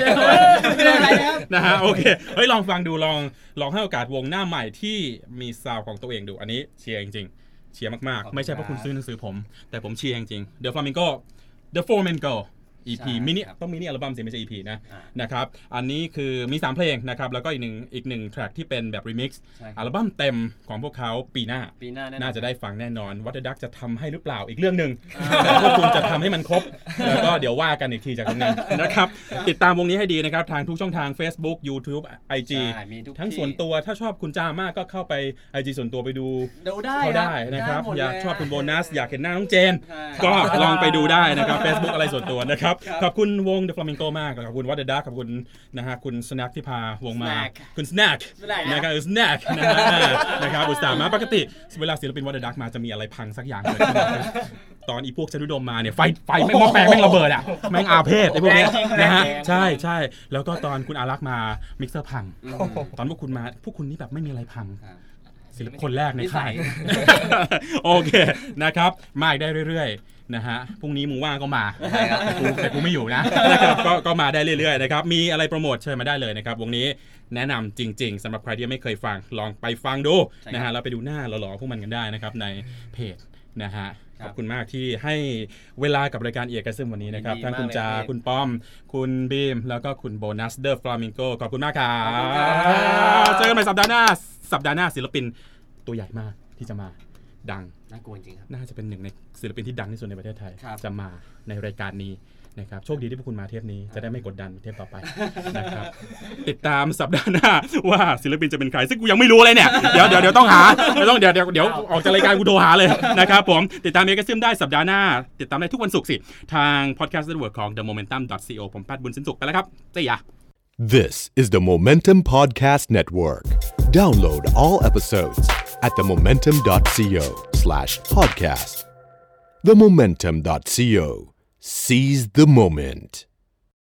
Speaker 2: นะฮะโอเคเฮ้ยลองฟังดูลองลองให้โอกาสวงหน้าใหม่ที่มีซาวด์ของตัวเองดูอันนี้เชียร์จริงๆ เชียร์มาก
Speaker 4: ขอบคุ
Speaker 2: ๆ
Speaker 4: ณ
Speaker 2: ไม่ใช่เพราะคุณ
Speaker 4: ครับ
Speaker 2: ซื้อหนังสือผม แต่ผมเชียร์จริงๆ The Flamingo The Four Men Go EP
Speaker 4: ใช่
Speaker 2: มินิ
Speaker 4: ครับ
Speaker 2: ต้องมินิอัลบั้มสิไม่ใช่ EP นะ
Speaker 4: อ่า
Speaker 2: นะครับ อันนี้คือมี3เพลงนะครับ แล้วก็อีกหนึ่งอีกหนึ่งแทร็กที่เป็นแบบรีมิกซ์
Speaker 4: ใช่ค
Speaker 2: อั
Speaker 4: รับ
Speaker 2: ลบั้มเต็มของพวกเขาปีหน้า
Speaker 4: ปีหน้าแน่นอน
Speaker 2: น่าจะได้ฟังแน่นอนวัตดักจะทำให้หรือเปล่าอีกเรื่องหนึ่งแต่พวกคุณจะทำให้มันคร บ แล้วก็เดี๋ยวว่ากันอีกทีจากตรงนั้นนะครับ ติดตามวงนี้ให้ดีนะครับ ทางทุกช่องทาง Facebook YouTube IG
Speaker 4: ใช่มีทุก
Speaker 2: ทั้ง
Speaker 4: ที่
Speaker 2: ส่วนตัวถ้าชอบคุณจามากก็เข้าไป IG ส่วนตัวไปดู
Speaker 4: เดี๋ยวได้
Speaker 2: เขาได้นะครับ
Speaker 4: หมด
Speaker 2: อยาก
Speaker 4: เล
Speaker 2: ชอบคุณโบนัส อยากเห็นหน้าน้องเจน
Speaker 4: ใช่
Speaker 2: ก็ลองไปดูได้นะครับ Facebook อะไรส่วนตัวนะครับ
Speaker 4: ครับ
Speaker 2: ขอบคุณวง The Flamingo มาก ขอบคุณวัตดักขอบคุณนะฮะคุณสแน็คที่พาวงมา
Speaker 4: Snack
Speaker 2: คุณสแน็ค
Speaker 4: ได้นะ
Speaker 2: นะครับสแน็คนะฮะนะครับอุตส่าห์มาปกติเวลาศิลปินวอเดอร์ดักมาจะมีอะไรพังสักอย่างเกิดขึ้นตอนอีพวกชนุดมมาเนี่ยไฟไฟแม่งหมอแปลงแม่งระเบิดอ่ะแม่งอาเพศไอ้พวกเนี้ยนะฮะใช่ใช่แล้วก็ตอนคุณอารักษ์มามิกเซอร์พัง
Speaker 4: อืม
Speaker 2: ตอนพวกคุณมาพวกคุณนี่แบบไม่มีอะไรพัง
Speaker 4: ครับ
Speaker 2: ศิลปินคนแรกในค่ายโอเคนะครับมาอีกได้เรื่อยๆนะฮะพรุ่งนี้มึงว่างก็มากูแต่กูไม่อยู่ นะนะครับก็ก็มาได้เรื่อยๆนะครับมีอะไรโปรโมทเชิญมาได้เลยนะครับวงนี้แนะนำจริง ๆสำหรับใครที่ยังไม่เคยฟังลองไปฟังดู
Speaker 4: ใช่
Speaker 2: นะ
Speaker 4: ครั
Speaker 2: ฮะ
Speaker 4: บ
Speaker 2: แล้วไปดูหน้าหล่อๆพวกมันกันได้นะครับในเพจนะฮะ
Speaker 4: ค
Speaker 2: ข
Speaker 4: รับ
Speaker 2: อบคุณมากที่ให้เวลากับรายการเอียกระซึมวันนี้นะครับ
Speaker 4: ยินดี
Speaker 2: ทั้งคุณ
Speaker 4: มากเลย
Speaker 2: จา
Speaker 4: ครับ
Speaker 2: คุณป้อม คุณบีมแล้วก็คุณโบนัสเดอร์ฟลามิงโกขอบคุณมากครับ
Speaker 4: ขอบคุณครับ
Speaker 2: เจอกันใหม่สัปดาห์หน้า สัปดาห์หน้าศิลปินตัวใหญ่มากที่จะมาดัง
Speaker 4: น่ากลัวจริงครับ
Speaker 2: น่าจะเป็นหนึ่งในศิลปินที่ดังที่สุดในประเทศไทย
Speaker 4: ครับ
Speaker 2: จะมาในรายการนี้นะครับ โชคดีที่พวกคุณมาเทปนี้จะได้ไม่กดดันเทปต่อไปนะครับ ติดตามสัปดาห์หน้าว่าศิลปินจะเป็นใคร ซึ่งกูยังไม่รู้เลยเนี่ย เดี๋ยวเดี๋ยวเดี๋ยวต้องหาเดี๋ยวต้องเดี๋ยวเดี๋ยวเดี๋ยวออกจากรายการกูโทรหาเลยนะครับผม ติดตามเมกาซึมได้สัปดาห์หน้า ติดตามได้ทุกวันศุกร์สิ ทาง podcast network ของ the momentum co ผมแปัดบุญสินสุขไปแล้วครับเสีย
Speaker 1: This is the Momentum Podcast Network. Download all episodes at themomentum.co slash podcast. Themomentum.co. Seize the moment.